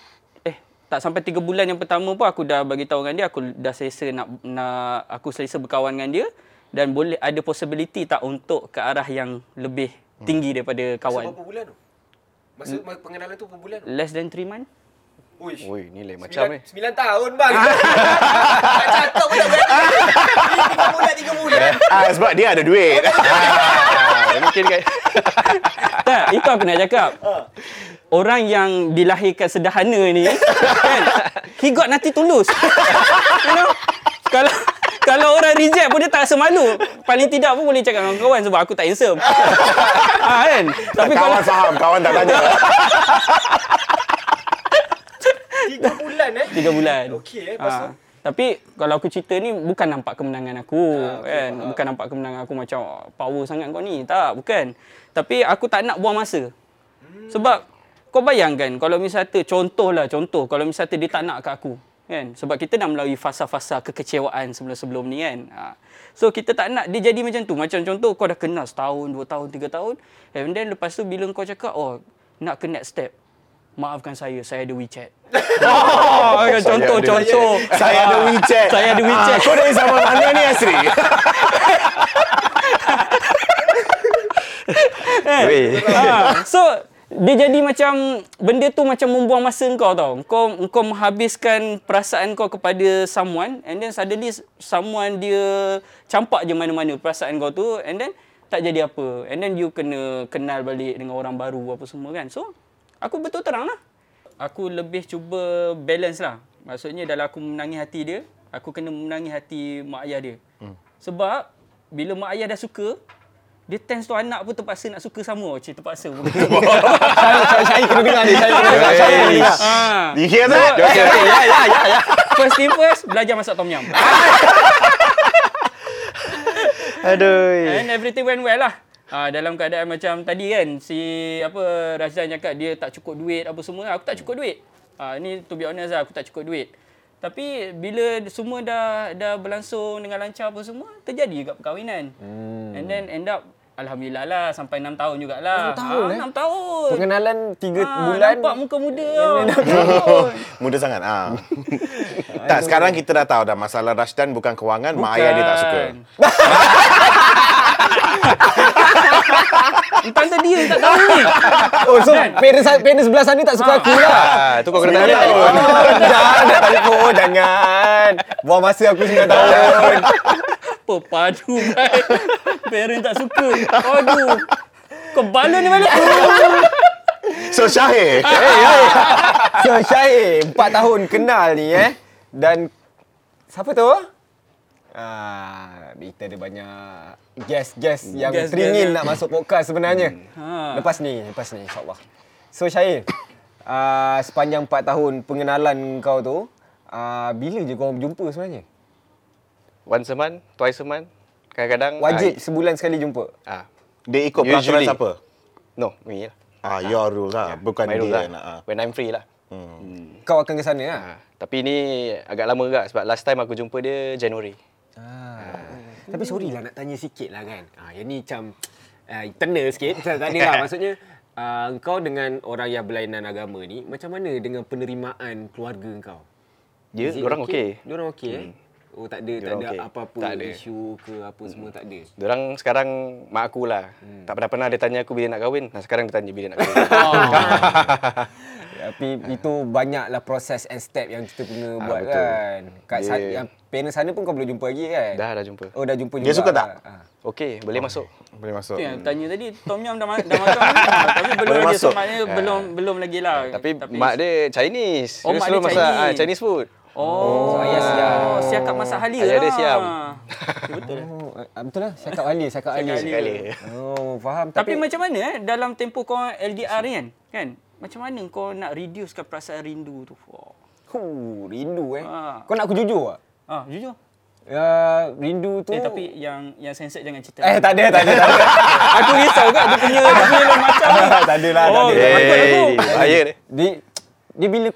Speaker 2: eh tak sampai tiga bulan yang pertama pun aku dah bagi tahu dengan dia, aku dah selesa nak, nak aku selesa berkawan dengan dia dan boleh ada possibility tak untuk ke arah yang lebih tinggi daripada kawan.
Speaker 5: Berapa bulan tu? Masa hmm. pengenalan tu berapa bulan? tu?
Speaker 2: Less than three month.
Speaker 5: Uish.
Speaker 4: Oi, nilai macam
Speaker 5: Sembilan,
Speaker 4: ni.
Speaker 5: sembilan tahun bang. tak cakap pun tak berani. Ini Tiga bulan, tiga
Speaker 4: Eh?
Speaker 5: bulan.
Speaker 3: Ah, sebab dia ada duit.
Speaker 4: Mungkin kan.
Speaker 2: tak, itu aku nak cakap. Orang yang dilahirkan sederhana ni, kan, he got nothing to lose. you know? Kalau kalau orang reject pun dia tak rasa malu. Paling tidak pun boleh cakap dengan kawan sebab aku tak handsome. ha, kan? Tapi kalau
Speaker 3: kawan faham, kawan tak tanya.
Speaker 5: Tiga bulan eh.
Speaker 2: tiga bulan.
Speaker 5: Okey,
Speaker 4: Ah.
Speaker 5: eh, lepas tu?
Speaker 2: Ha. Tapi kalau aku cerita ni bukan nampak kemenangan aku
Speaker 5: Ah,
Speaker 2: kan. Bukan nampak kemenangan aku macam "Oh, power sangat kau ni. Tak, bukan. Tapi aku tak nak buang masa.
Speaker 5: Hmm.
Speaker 2: Sebab kau bayangkan kalau misalnya contohlah contoh kalau misalnya dia tak nak kat aku kan sebab kita dah melalui fasa-fasa kekecewaan sebelum-sebelum ni kan ha. so kita tak nak dia jadi macam tu macam contoh kau dah kenal setahun dua tahun tiga tahun and then lepas tu bila kau cakap oh nak ke next step maafkan saya saya ada WeChat oh, kan, contoh
Speaker 3: ada-
Speaker 2: contoh
Speaker 3: Saya ada WeChat.
Speaker 2: saya ada WeChat
Speaker 3: Ah, kau dari zaman mana ni Asri?
Speaker 4: Weh.
Speaker 2: ha, so dia jadi macam benda tu macam membuang masa kau tau. Kau kau menghabiskan perasaan kau kepada someone and then suddenly someone dia campak je mana-mana perasaan kau tu and then tak jadi apa. And then you kena kenal balik dengan orang baru apa semua kan. So aku betul terang lah. Aku lebih cuba balance lah. Maksudnya dalam aku menangi hati dia, aku kena menangi hati mak ayah dia. Hmm. Sebab bila mak ayah dah suka, dia tends tu anak pun terpaksa nak suka sama. Cik terpaksa pun.
Speaker 4: Saya kena dengar ni. Saya kena dengar. Saya
Speaker 3: Hey,
Speaker 2: ha.
Speaker 3: you hear that? Okay, okay.
Speaker 4: Ya, ya, ya, ya.
Speaker 2: First thing first, belajar masak tom yum.
Speaker 4: Aduh.
Speaker 2: And everything went well lah. Ha, dalam keadaan macam tadi kan, si apa Razan cakap dia tak cukup duit apa semua. lah. Aku tak cukup duit. Ha, ni to be honest lah, aku tak cukup duit. Tapi bila semua dah dah berlangsung dengan lancar apa semua, terjadi juga perkahwinan. Hmm. And then end up, Alhamdulillah lah sampai 6 tahun jugalah. 6 tahun ha, 6 tahun.
Speaker 1: Pengenalan 3
Speaker 2: Ah,
Speaker 1: bulan.
Speaker 2: Nampak muka muda tau.
Speaker 3: Muda sangat. Ah. tak, sekarang kita dah tahu dah masalah Rashdan bukan kewangan, mak ayah dia tak suka.
Speaker 2: Entah tu dia tak tahu ni.
Speaker 1: Oh, so parents, parents sebelah sana tak suka aku lah.
Speaker 4: Ah, tu kau kena tanya.
Speaker 1: Oh, jangan nak telefon, jangan. Buang masa aku 9 tahun.
Speaker 2: Apa padu baik. Parent tak suka. Aduh. Kebala ni balik.
Speaker 3: So, Syahir.
Speaker 2: Ah.
Speaker 1: So, Syahir, 4 tahun kenal ni eh. Dan siapa tu? Ah, kita ada banyak guest-guest yang
Speaker 2: Guest-guest
Speaker 1: teringin
Speaker 2: yang-
Speaker 1: nak masuk podcast sebenarnya.
Speaker 2: Ha.
Speaker 1: Lepas ni, lepas ni insyaAllah. So Syahir, uh, sepanjang 4 tahun pengenalan kau ah, tu, uh, bila je korang berjumpa sebenarnya?
Speaker 4: Once a month, twice a month. Kadang-kadang
Speaker 1: Wajib sebulan sekali jumpa.
Speaker 4: Ah, ah,
Speaker 3: Dia ikut peraturan
Speaker 4: Usually.
Speaker 3: siapa?
Speaker 4: no, me lah.
Speaker 3: Ah, your rule lah. Bukan
Speaker 4: My rule
Speaker 3: dia
Speaker 4: lah.
Speaker 3: nak. ah.
Speaker 4: When I'm free lah.
Speaker 1: Kau akan ke sana lah.
Speaker 4: Ah, tapi ni agak lama juga sebab last time aku jumpa dia Januari.
Speaker 1: Tapi sorry lah nak tanya sikit lah kan. Ha, yang ni macam uh, internal sikit. Macam tadi lah maksudnya. Uh, kau dengan orang yang berlainan agama ni, macam mana dengan penerimaan keluarga kau?
Speaker 4: Dia
Speaker 1: Is it
Speaker 4: orang Ya, okey. Hmm.
Speaker 1: Dia orang okey eh? Oh tak ada, tak
Speaker 4: Diorang
Speaker 1: ada
Speaker 4: okey.
Speaker 1: apa-apa
Speaker 4: Tak ada. Hmm.
Speaker 1: isu ke apa semua tak ada.
Speaker 4: Diorang sekarang mak aku lah. Tak pernah pernah dia tanya aku bila nak kahwin. Nah, sekarang dia tanya bila nak kahwin.
Speaker 1: Tapi itu banyaklah proses and step yang kita kena
Speaker 4: Ah,
Speaker 1: buat
Speaker 4: betul.
Speaker 1: kan. Kat
Speaker 4: Dia-
Speaker 1: sana, yang parents sana pun kau boleh jumpa lagi kan?
Speaker 4: dah dah Oh. jumpa.
Speaker 1: Oh dah jumpa juga.
Speaker 3: Dia suka tak?
Speaker 1: Ha.
Speaker 4: Okey, boleh masuk.
Speaker 3: Boleh masuk.
Speaker 2: Itu yang tanya tadi Tom Yum dah, ma- dah makan belum? Tapi belum
Speaker 3: Belum
Speaker 2: lagi so
Speaker 3: masuk.
Speaker 2: maknanya belum belum lagi lah
Speaker 4: Tapi, mak dia Chinese.
Speaker 2: Oh, mak
Speaker 4: selalu
Speaker 2: dia
Speaker 4: masak, ah,
Speaker 2: Chinese.
Speaker 4: Chinese food.
Speaker 2: Oh, oh ayah siap. Oh, siap kat masa halia
Speaker 4: Ayah
Speaker 2: lah.
Speaker 4: dia siap.
Speaker 2: Betul.
Speaker 1: Oh, ah, betul lah. Cakap Ali, cakap Ali.
Speaker 2: Cakap Ali.
Speaker 1: Oh, faham.
Speaker 2: Tapi, Tapi macam mana eh dalam tempoh kau LDR ni kan? kan? Macam mana kau nak reducekan perasaan rindu tu? Wah.
Speaker 1: Huh, rindu eh.
Speaker 2: Ah.
Speaker 1: Kau nak aku jujur tak?
Speaker 2: Ah, jujur.
Speaker 1: Ya, rindu tu...
Speaker 2: Eh, tapi yang yang censored jangan cerita.
Speaker 1: Eh, tak ada, tak ada, tak ada.
Speaker 2: aku risau kat dia punya dia punya lain macam. ni.
Speaker 1: tak ada lah, tak
Speaker 2: Oh,
Speaker 1: ada.
Speaker 2: takut aku.
Speaker 4: Eh, bahaya ni.
Speaker 1: Dia, dia bila...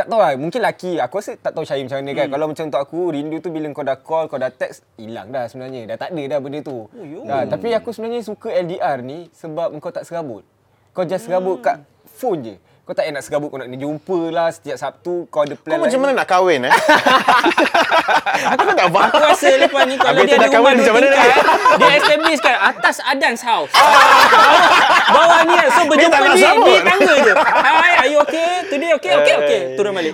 Speaker 1: Tak tahu lah, mungkin laki. Aku rasa tak tahu Syahim macam mana kan.
Speaker 2: Hmm.
Speaker 1: Kalau macam untuk aku, rindu tu bila kau dah call, kau dah text, hilang dah sebenarnya. Dah tak ada dah benda tu.
Speaker 2: Oh, yo.
Speaker 1: Dah, tapi aku sebenarnya suka LDR ni sebab kau tak serabut. Kau just serabut
Speaker 2: Hmm.
Speaker 1: kat phone je. Kau tak payah nak serabut, kau nak jumpa lah setiap Sabtu. Kau ada
Speaker 3: Kau
Speaker 1: plan
Speaker 3: macam mana nak kahwin eh? Aku tak faham.
Speaker 2: Aku rasa lepas ni kalau
Speaker 4: Habis
Speaker 2: dia
Speaker 4: tu
Speaker 2: ada
Speaker 4: dah
Speaker 2: rumah
Speaker 4: kahwin
Speaker 2: dua
Speaker 4: macam mana
Speaker 2: tingkat, dia establish kan atas Adan's house. Bawah ni kan, so berjumpa
Speaker 3: tak nak
Speaker 2: ni
Speaker 3: sambut.
Speaker 2: di tangga je. Hi, are you okay? Today okay? Okay, okay. Turun balik.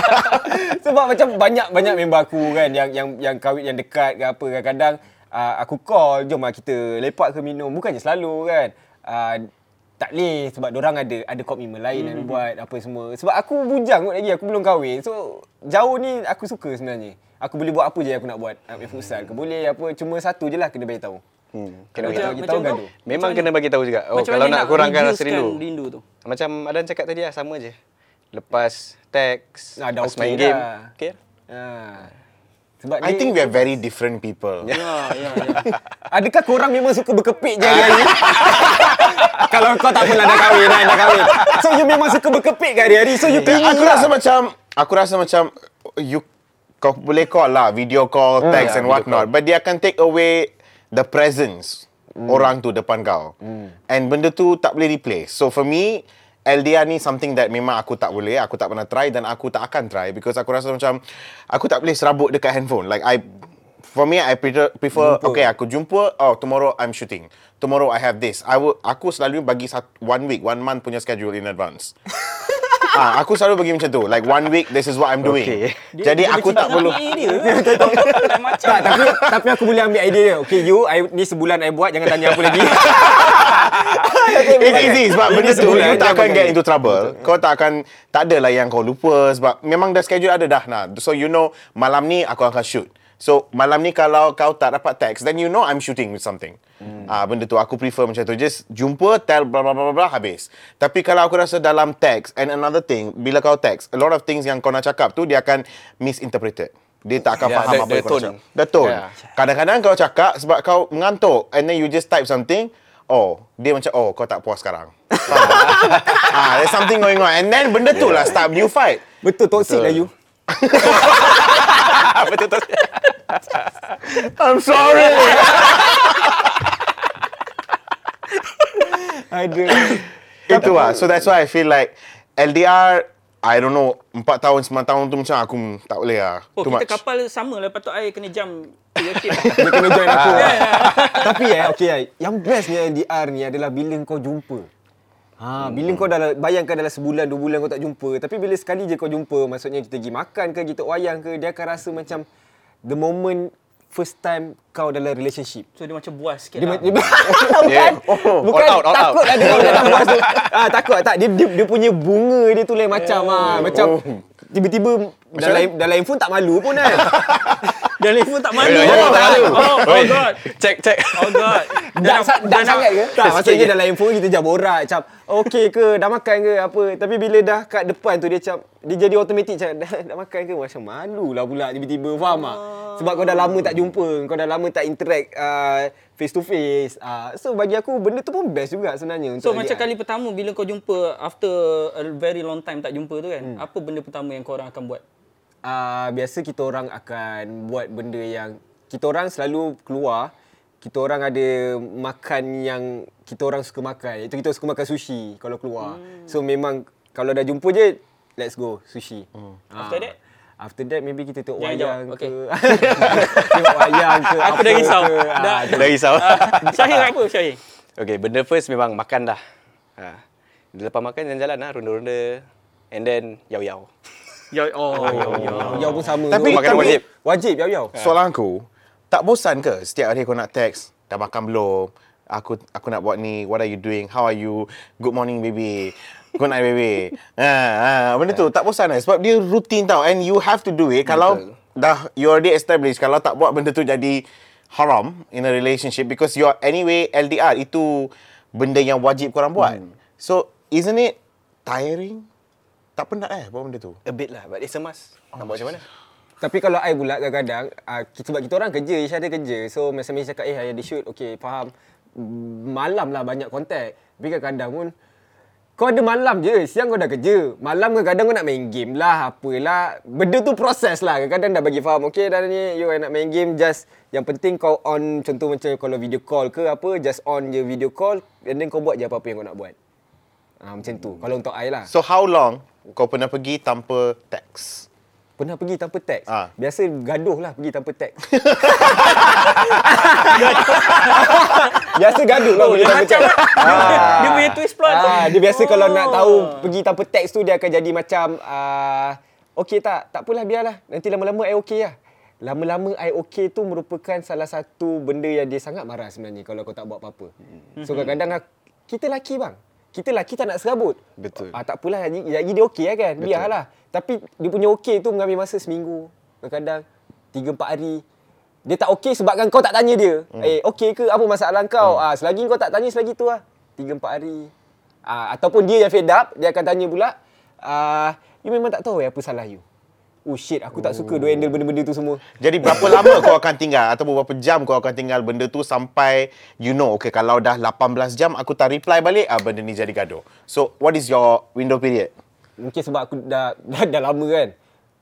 Speaker 1: Sebab macam banyak-banyak member aku kan yang yang yang kahwin yang dekat ke apa kadang-kadang uh, aku call jom lah kita lepak ke minum bukannya selalu kan. Uh, tak boleh sebab dorang ada ada komitmen lain yang buat apa semua. Sebab aku bujang kot lagi aku belum kahwin. So jauh ni aku suka sebenarnya. Aku boleh buat apa je yang aku nak buat. Nak main futsal ke boleh apa cuma satu je lah kena bagi tahu.
Speaker 4: Hmm, kena
Speaker 1: Kena bagi
Speaker 4: bagi tahu.
Speaker 1: tahu, bagi tahu
Speaker 2: macam
Speaker 1: gaduh.
Speaker 2: kau-
Speaker 4: Memang
Speaker 2: Macam
Speaker 4: kena bagi tahu juga. Oh,
Speaker 2: Macam
Speaker 4: kalau
Speaker 2: mana
Speaker 4: nak kurangkan rasa
Speaker 2: reducekan
Speaker 4: rindu.
Speaker 2: rindu tu.
Speaker 4: Macam Adan cakap tadi lah, sama je. Lepas teks,
Speaker 1: Ah, dah
Speaker 4: lepas
Speaker 1: okey
Speaker 4: main
Speaker 1: dah.
Speaker 4: game. lah. Okay.
Speaker 1: Ha. Sebab
Speaker 3: I
Speaker 1: ni-
Speaker 3: think we are very different people.
Speaker 2: Ya, ya, ya.
Speaker 1: Adakah korang memang suka berkepit je hari-hari? Kalau kau tak pernah dah kahwin, kan? dah kahwin. So, you memang suka berkepit ke hari-hari? So, you
Speaker 3: Ya,
Speaker 1: kini
Speaker 3: aku rasa macam aku rasa macam you kau boleh call lah video call text
Speaker 4: Ya,
Speaker 3: and
Speaker 4: video
Speaker 3: what not but dia akan take away the presence orang tu depan kau and benda tu tak boleh replace so for me LDR ni something that memang aku tak boleh aku tak pernah try dan aku tak akan try because aku rasa macam aku tak boleh serabut dekat handphone like I For me, I prefer, prefer okay, aku jumpa, oh, tomorrow I'm shooting. Tomorrow I have this. I will, aku selalu bagi sat, one week, one month punya schedule in advance. Ah, aku selalu bagi macam tu. Like one week, this is what I'm doing.
Speaker 4: Okay.
Speaker 3: Jadi Eh, aku tak perlu.
Speaker 2: Dia bercinta sama AA dia. Lain macam.
Speaker 1: tak, tapi, tapi aku boleh ambil idea dia. Okay, you, I, ni sebulan I buat, jangan tanya aku lagi.
Speaker 3: It's easy Eh, sebab
Speaker 1: Ini
Speaker 3: benda tu
Speaker 1: sebulan,
Speaker 3: you tak
Speaker 1: jangan
Speaker 3: akan
Speaker 1: pakai.
Speaker 3: get into trouble. Kau tak akan tak adalah yang kau lupa sebab memang dah schedule ada dah nah. So you know malam ni aku akan shoot. So malam ni kalau kau tak dapat text then you know I'm shooting with something. Ah benda tu aku prefer macam tu. Just jumpa tell bla bla bla bla habis. Tapi kalau aku rasa dalam text and another thing bila kau text a lot of things yang kau nak cakap tu dia akan misinterpreted. Dia tak akan
Speaker 4: Yeah,
Speaker 3: faham
Speaker 4: the-
Speaker 3: apa
Speaker 4: the
Speaker 3: yang kau
Speaker 4: tone.
Speaker 3: nak cakap. The tone. Ya.
Speaker 4: Yeah.
Speaker 3: Kadang-kadang kau cakap sebab kau mengantuk and then you just type something, oh, dia macam, oh, kau tak puas sekarang. ah, there's something going on. And then benda tu lah start new fight.
Speaker 1: Betul, toxic lah you.
Speaker 3: I'm sorry.
Speaker 1: Ada.
Speaker 3: Itu lah. So that's why I feel like LDR, I don't know, 4 tahun, 9 tahun tu macam aku mm, tak boleh lah.
Speaker 2: Oh,
Speaker 3: Too
Speaker 2: kita
Speaker 3: much.
Speaker 2: kapal sama lah. Patut I kena jam.
Speaker 1: Dia kena join aku. lah. Tapi eh, okay, eh, yang bestnya LDR ni adalah bila kau jumpa. Ha, bila kau dah bayangkan dalam sebulan dua bulan kau tak jumpa, tapi bila sekali je kau jumpa, maksudnya kita pergi makan ke, kita wayang ke, dia akan rasa macam the moment first time kau dalam relationship.
Speaker 2: So, dia macam buas sikit
Speaker 1: Dia, ma-
Speaker 2: lah.
Speaker 1: dia bukan,
Speaker 4: Yeah.
Speaker 1: oh,
Speaker 4: Oh,
Speaker 1: bukan
Speaker 4: all out, all
Speaker 1: takut ada orang datang puas tu. Ah, takut tak dia, dia dia punya bunga dia tu lain macam ah, macam tiba-tiba dah
Speaker 3: mana?
Speaker 1: eh. lain dah lain phone tak malu pun kan.
Speaker 2: Dah level tak mandi.
Speaker 4: Dah level tak mandi.
Speaker 2: Oh, oh god.
Speaker 4: Check, check.
Speaker 2: Oh god.
Speaker 1: Dah, dah, dah sangat ke? Tak, maksudnya
Speaker 4: sikit
Speaker 1: dalam info kita macam borak macam okey ke, dah makan ke apa. Tapi bila dah kat depan tu dia macam dia jadi automatic macam dah, dah makan ke macam malu lah pula tiba-tiba faham tak? Sebab kau dah lama tak jumpa, kau dah lama tak interact uh, face to face. Uh, so bagi aku benda tu pun best juga sebenarnya
Speaker 2: So
Speaker 1: untuk
Speaker 2: macam
Speaker 1: LDR.
Speaker 2: kali pertama bila kau jumpa after a very long time tak jumpa tu kan, hmm. apa benda pertama yang kau orang akan buat?
Speaker 1: uh, biasa kita orang akan buat benda yang kita orang selalu keluar kita orang ada makan yang kita orang suka makan iaitu kita suka makan sushi kalau keluar hmm. so memang kalau dah jumpa je let's go sushi hmm.
Speaker 2: After that?
Speaker 1: After that maybe kita tengok
Speaker 2: Jangan
Speaker 1: wayang
Speaker 2: jawab,
Speaker 1: ke Tengok wayang ke
Speaker 2: Aku dah
Speaker 1: apa
Speaker 2: risau.
Speaker 1: ke. Ah,
Speaker 2: Dah.
Speaker 4: Dah risau.
Speaker 2: Syahir apa Syahir?
Speaker 4: Okay, benda first memang makan dah. Ha. Lepas makan jalan-jalan lah, ronda-ronda. And then, yau-yau.
Speaker 2: Ya oh.
Speaker 1: Yau pun sama
Speaker 3: Tapi-
Speaker 1: tu.
Speaker 4: Makan
Speaker 3: tapi-
Speaker 4: wajib.
Speaker 1: Wajib yau yau
Speaker 3: Soalan aku, tak bosan ke setiap hari kau nak text, dah makan belum? Aku aku nak buat ni, what are you doing? How are you? Good morning baby. Good night baby. ah, ah, benda tu tak bosan eh sebab dia rutin tau and you have to do it. Kalau dah you already established kalau tak buat benda tu jadi haram in a relationship because you are anyway LDR itu benda yang wajib korang buat. So isn't it tiring? Tak penat eh buat benda tu.
Speaker 4: A bit lah, but it's a must. Nak buat macam mana?
Speaker 1: Tapi kalau I pula kadang-kadang uh, sebab kita orang kerja, Isha ada kerja. So masa Misha cakap eh I ada shoot, okey faham. Mm, Malam lah banyak kontak. Tapi kadang-kadang pun kau ada malam je, siang kau dah kerja. Malam kadang-kadang kau nak main game lah, apalah. Benda tu proses lah. Kadang-kadang dah bagi faham, okey dah ni you nak main game just yang penting kau on contoh macam kalau video call ke apa, just on je video call and then kau buat je apa-apa yang kau nak buat. Ah macam tu. Kalau untuk I lah.
Speaker 3: So how long kau pernah pergi tanpa text?
Speaker 1: Pernah pergi tanpa teks.
Speaker 3: Ah.
Speaker 1: Biasa gaduh lah pergi tanpa teks. biasa gaduh lah pergi tanpa
Speaker 2: Oh, Macam
Speaker 1: teks.
Speaker 2: dia punya twist plot.
Speaker 1: Ah, dia biasa kalau nak
Speaker 2: Oh.
Speaker 1: tahu pergi tanpa teks tu dia akan jadi macam ah okey tak, tak apalah biarlah. Nanti lama-lama I okey lah. Lama-lama I okey tu merupakan salah satu benda yang dia sangat marah sebenarnya kalau kau tak buat apa-apa.
Speaker 4: Mm-hmm.
Speaker 1: So kadang-kadang ak- kita laki bang. Kita laki tak nak serabut.
Speaker 4: Betul.
Speaker 1: Ah, tak apalah lagi, lagi dia okey lah kan. Biarlah. Tapi dia punya okey tu mengambil masa seminggu. Kadang-kadang tiga empat hari. Dia tak okey sebabkan kau tak tanya dia. Hmm. Eh, okey ke? Apa masalah kau? Hmm. Ah, selagi kau tak tanya selagi tu lah. Tiga empat hari. Ah, ataupun dia yang fed up, dia akan tanya pula, ah, you memang tak tahu eh apa salah you. Oh shit, aku tak suka dia handle benda-benda tu semua.
Speaker 3: Jadi berapa lama kau akan tinggal ataupun berapa jam kau akan tinggal benda tu sampai you know okay kalau dah 18 jam aku tak reply balik ah benda ni jadi gaduh. So what is your window period?
Speaker 1: Mungkin sebab aku dah dah, dah lama kan.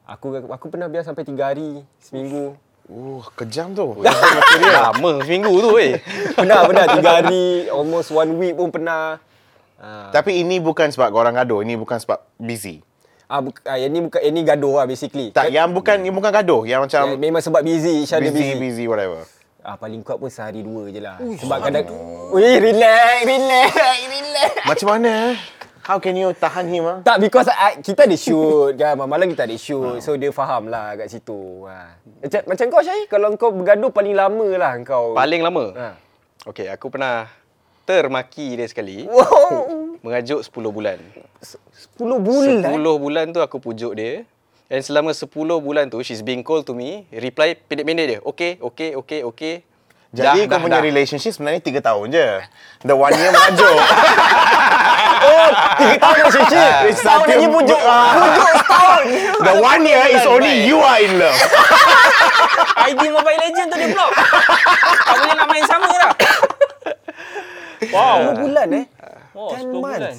Speaker 1: Aku aku pernah biar sampai tiga hari seminggu.
Speaker 3: Oh, kejam tu.
Speaker 4: Lama seminggu tu, weh.
Speaker 1: Pernah pernah tiga hari, almost one week pun pernah.
Speaker 3: Tapi ini bukan sebab korang gaduh, ini bukan sebab busy.
Speaker 1: Ah, bu- ah yang ni bukan yang ni gaduh lah basically.
Speaker 3: Tak, yang bukan yang bukan gaduh, yang
Speaker 1: Yang
Speaker 3: macam
Speaker 1: memang sebab busy, Isha dia
Speaker 3: Ya, busy
Speaker 1: busy.
Speaker 3: busy whatever.
Speaker 1: Ah paling kuat pun sehari dua je lah. sebab kadang Weh, relax, relax, relax.
Speaker 3: Macam mana? eh? How can you tahan him ah?
Speaker 1: Tak because I, kita ada shoot kan malam kita ada shoot so dia faham lah kat situ. Ha. Macam macam kau Syai kalau kau bergaduh paling lama lah kau.
Speaker 4: Paling lama.
Speaker 1: Ha.
Speaker 4: Okay, aku pernah termaki dia sekali.
Speaker 1: Wow.
Speaker 4: Mengajuk 10 bulan.
Speaker 1: 10
Speaker 3: eh?
Speaker 1: bulan. 10.
Speaker 4: 10 bulan tu aku pujuk dia. And selama 10 bulan tu, she's being cold to me. Reply pendek-pendek dia. Okay, okay, okay, okay.
Speaker 3: Jadi kau punya relationship sebenarnya 3 tahun je. The one year maju. Oh,
Speaker 1: Tiga tahun relationship. Setahun lagi pujuk. Pujuk setahun.
Speaker 3: Ah. The one year is only you are in love.
Speaker 2: ID Mobile Legend tu dia block. tak boleh nak main sama dah.
Speaker 1: Wow. 10 bulan eh.
Speaker 2: Oh,
Speaker 1: 10
Speaker 2: 10 bulan.
Speaker 1: months.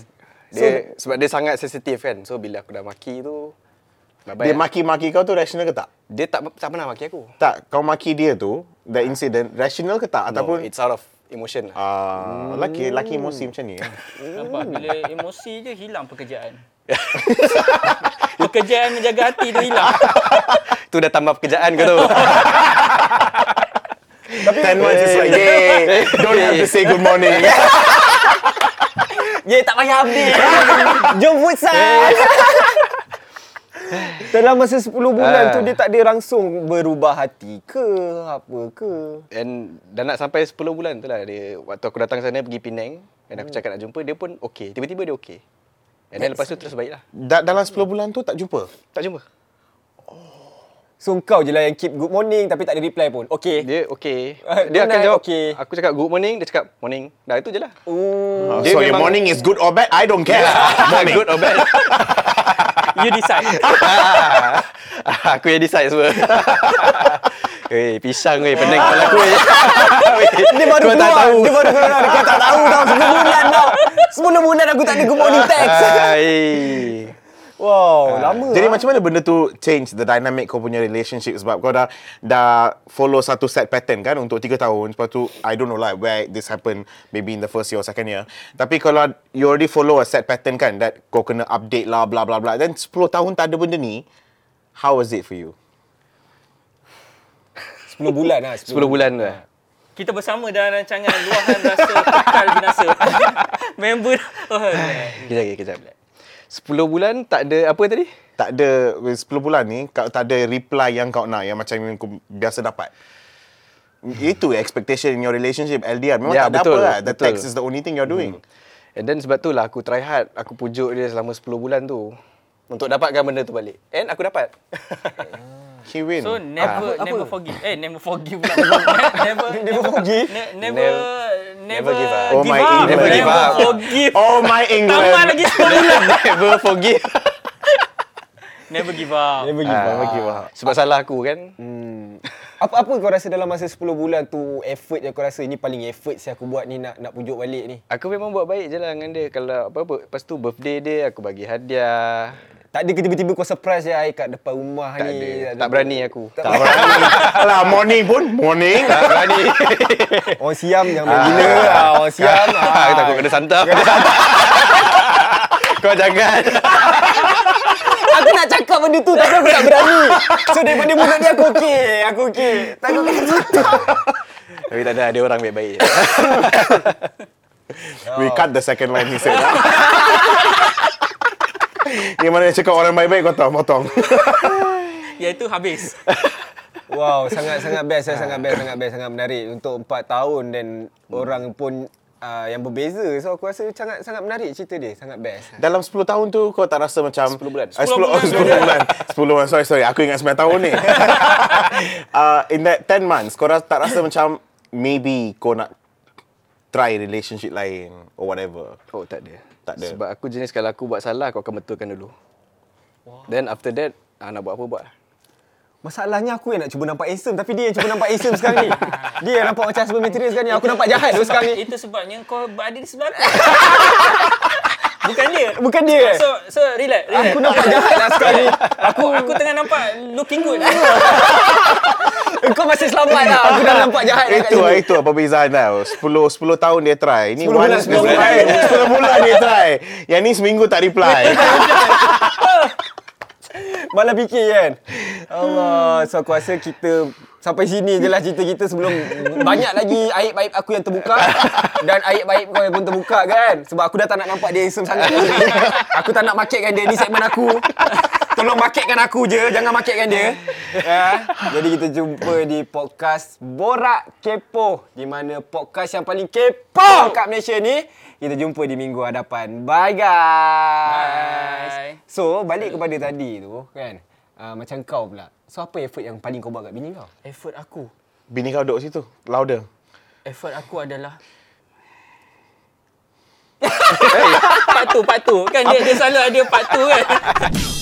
Speaker 4: Dia, sebab dia sangat sensitif kan. So, bila aku dah maki tu, bye-bye
Speaker 3: Dia
Speaker 4: lah.
Speaker 3: maki-maki kau tu rational ke tak?
Speaker 4: dia tak, tak pernah maki aku.
Speaker 3: Tak, kau maki dia tu, the incident, rational ke tak?
Speaker 4: No,
Speaker 3: Ataupun,
Speaker 4: it's out of emotion lah.
Speaker 3: ah, laki, laki emosi macam ni.
Speaker 2: Nampak bila
Speaker 1: Hmm.
Speaker 2: emosi je hilang pekerjaan. pekerjaan menjaga hati tu hilang.
Speaker 4: Tu dah tambah pekerjaan kau tu.
Speaker 3: Ten months is like, hey, don't have to say good morning.
Speaker 1: Ye tak payah update. Jom futsal. Dalam masa 10 bulan
Speaker 4: Ah.
Speaker 1: tu dia tak ada langsung berubah hati ke apa ke.
Speaker 4: And dah nak sampai 10 bulan tu lah dia waktu aku datang sana pergi Penang and
Speaker 1: Hmm.
Speaker 4: aku cakap nak jumpa dia pun okey. Tiba-tiba dia okey. And then lepas tu terus baik lah.
Speaker 3: Da- dalam 10 bulan tu tak jumpa?
Speaker 4: Tak jumpa.
Speaker 1: So kau je lah yang keep good morning tapi tak ada reply pun. Okay.
Speaker 4: Dia okay.
Speaker 1: Ah,
Speaker 4: Dia akan
Speaker 1: tonight,
Speaker 4: jawab
Speaker 1: okay. Oh.
Speaker 4: okay. Aku cakap good morning, dia cakap morning. Dah itu je lah.
Speaker 1: Ooh.
Speaker 3: Uh,
Speaker 4: Dia
Speaker 3: so your
Speaker 4: memang-
Speaker 3: morning is good or bad? I don't care. morning.
Speaker 4: Good or bad?
Speaker 2: You decide.
Speaker 4: Ah, aku yang decide semua. Weh, pisang weh, pening kepala aku eh. weh.
Speaker 1: Dia baru
Speaker 4: Kau tak
Speaker 1: keluar.
Speaker 4: tahu.
Speaker 1: Dia baru keluar. Kau tak tahu tau. 10 bulan tau. 10 bulan aku tak ada good morning text.
Speaker 2: Ah.
Speaker 4: Hai.
Speaker 1: Wow, lama
Speaker 3: Jadi
Speaker 1: ah.
Speaker 3: macam mana benda tu change the dynamic kau punya relationship sebab kau dah dah follow satu set pattern kan untuk 3 tahun lepas tu I don't know lah where this happen maybe in the first year or second year tapi kalau you already follow a set pattern kan that kau kena update lah bla bla bla then 10 tahun tak ada benda ni how was it for you
Speaker 1: 10 bulan lah. 10
Speaker 4: 10 bulan tu. lah.
Speaker 2: Kita bersama dalam rancangan Luahan Rasa Kekal Binasa. Member. Oh,
Speaker 4: Kejap, kejap, kejap. 10 bulan tak ada apa tadi?
Speaker 3: tak ada 10 bulan ni kau tak ada reply yang kau nak yang macam yang kau biasa dapat itu expectation in your relationship LDR memang
Speaker 4: Ya,
Speaker 3: tak ada
Speaker 4: betul,
Speaker 3: apa lah. the
Speaker 4: betul. Hmm.
Speaker 3: text is the only thing you're doing
Speaker 4: And then sebab tu lah aku try hard, aku pujuk dia selama 10 bulan tu. Untuk dapatkan benda tu balik. And aku dapat.
Speaker 3: he win
Speaker 1: Ah,
Speaker 2: So never never forgive. Eh never forgive pula. never never forgive. Never never
Speaker 4: never give up.
Speaker 3: Oh
Speaker 2: Never forgive.
Speaker 3: my English. Oh
Speaker 4: Never give up.
Speaker 3: my England.
Speaker 2: Tambah lagi 10 bulan.
Speaker 4: Never forgive.
Speaker 2: Never give up.
Speaker 1: Never
Speaker 4: Ah.
Speaker 1: give up.
Speaker 4: Sebab salah aku kan.
Speaker 1: Apa-apa kau rasa dalam masa 10 bulan tu effort yang kau rasa ni paling effort saya aku buat ni nak nak pujuk balik ni.
Speaker 4: Aku memang buat baik je lah dengan dia. Kalau apa-apa. Lepas tu birthday dia, aku bagi hadiah.
Speaker 1: Tak ada ke tiba-tiba kau surprise je ai kat depan rumah
Speaker 4: Tak
Speaker 1: ni.
Speaker 4: ada. Tak berani aku.
Speaker 1: Tak
Speaker 3: Alah, morning pun morning.
Speaker 4: Tak berani.
Speaker 1: Orang siam jangan main gila lah. Orang siam. ah.
Speaker 4: Aku takut kena santap. Kau jangan.
Speaker 1: Aku nak cakap benda tu tapi aku tak berani. So daripada mulut dia aku okey. Aku okey. Takut kena santap.
Speaker 4: Tapi tak ada, dia orang baik-baik.
Speaker 3: We cut the second line he said. Yang mana cakap orang baik-baik kau tahu potong.
Speaker 2: Iaitu habis.
Speaker 1: Wow, sangat-sangat best. eh. sangat best, sangat best, sangat menarik. Untuk 4 tahun dan
Speaker 4: Hmm.
Speaker 1: orang pun uh, yang berbeza. So aku rasa sangat sangat menarik cerita dia. Sangat best.
Speaker 3: Dalam 10 tahun tu kau tak rasa macam 10
Speaker 4: bulan.
Speaker 3: 10, oh, 10 bulan. 10 bulan. Sorry sorry. Aku ingat 9 tahun ni. uh, in that 10 months kau rasa, tak rasa macam maybe kau nak try relationship lain or whatever.
Speaker 4: Oh, tak ada.
Speaker 3: Tak ada.
Speaker 4: Sebab aku jenis kalau aku buat salah, aku akan betulkan dulu. Then after that, ah, nak buat apa buat. lah.
Speaker 1: Masalahnya aku yang nak cuba nampak handsome tapi dia yang cuba nampak handsome sekarang ni. Dia yang nampak macam husband material sekarang ni. Aku nampak jahat tu sekarang ni.
Speaker 2: Itu sebabnya kau berada di sebelah aku. Bukan dia.
Speaker 1: Bukan dia.
Speaker 2: So so relax, relax.
Speaker 1: Aku nampak jahat lah sekarang ni.
Speaker 2: Aku aku tengah nampak looking good.
Speaker 1: Kau masih selamat lah. Aku dah nampak jahat kat
Speaker 3: Itu
Speaker 1: sini.
Speaker 3: lah, itu lah perbezaan tau. 10 10 tahun dia try. Ini 10
Speaker 1: bulan, 10 bulan.
Speaker 3: 10 bulan dia try. Yang ni seminggu tak reply.
Speaker 1: Malah fikir kan Allah So aku rasa kita Sampai sini je lah cerita kita sebelum Banyak lagi aib-aib aku yang terbuka Dan aib-aib kau yang pun terbuka kan Sebab aku dah tak nak nampak dia handsome sangat ni. Aku tak nak marketkan dia Ni segmen aku Tolong marketkan aku je Jangan marketkan dia ya. Jadi kita jumpa di podcast Borak Kepo Di mana podcast yang paling kepo kat Malaysia ni Kita jumpa di minggu hadapan Bye guys
Speaker 2: Bye.
Speaker 1: So balik kepada tadi tu kan uh, Macam kau pula So apa effort yang paling kau buat kat bini kau?
Speaker 2: Effort aku.
Speaker 3: Bini kau duduk situ. Louder.
Speaker 2: Effort aku adalah Part tu, part tu. Kan dia, dia selalu ada part tu kan.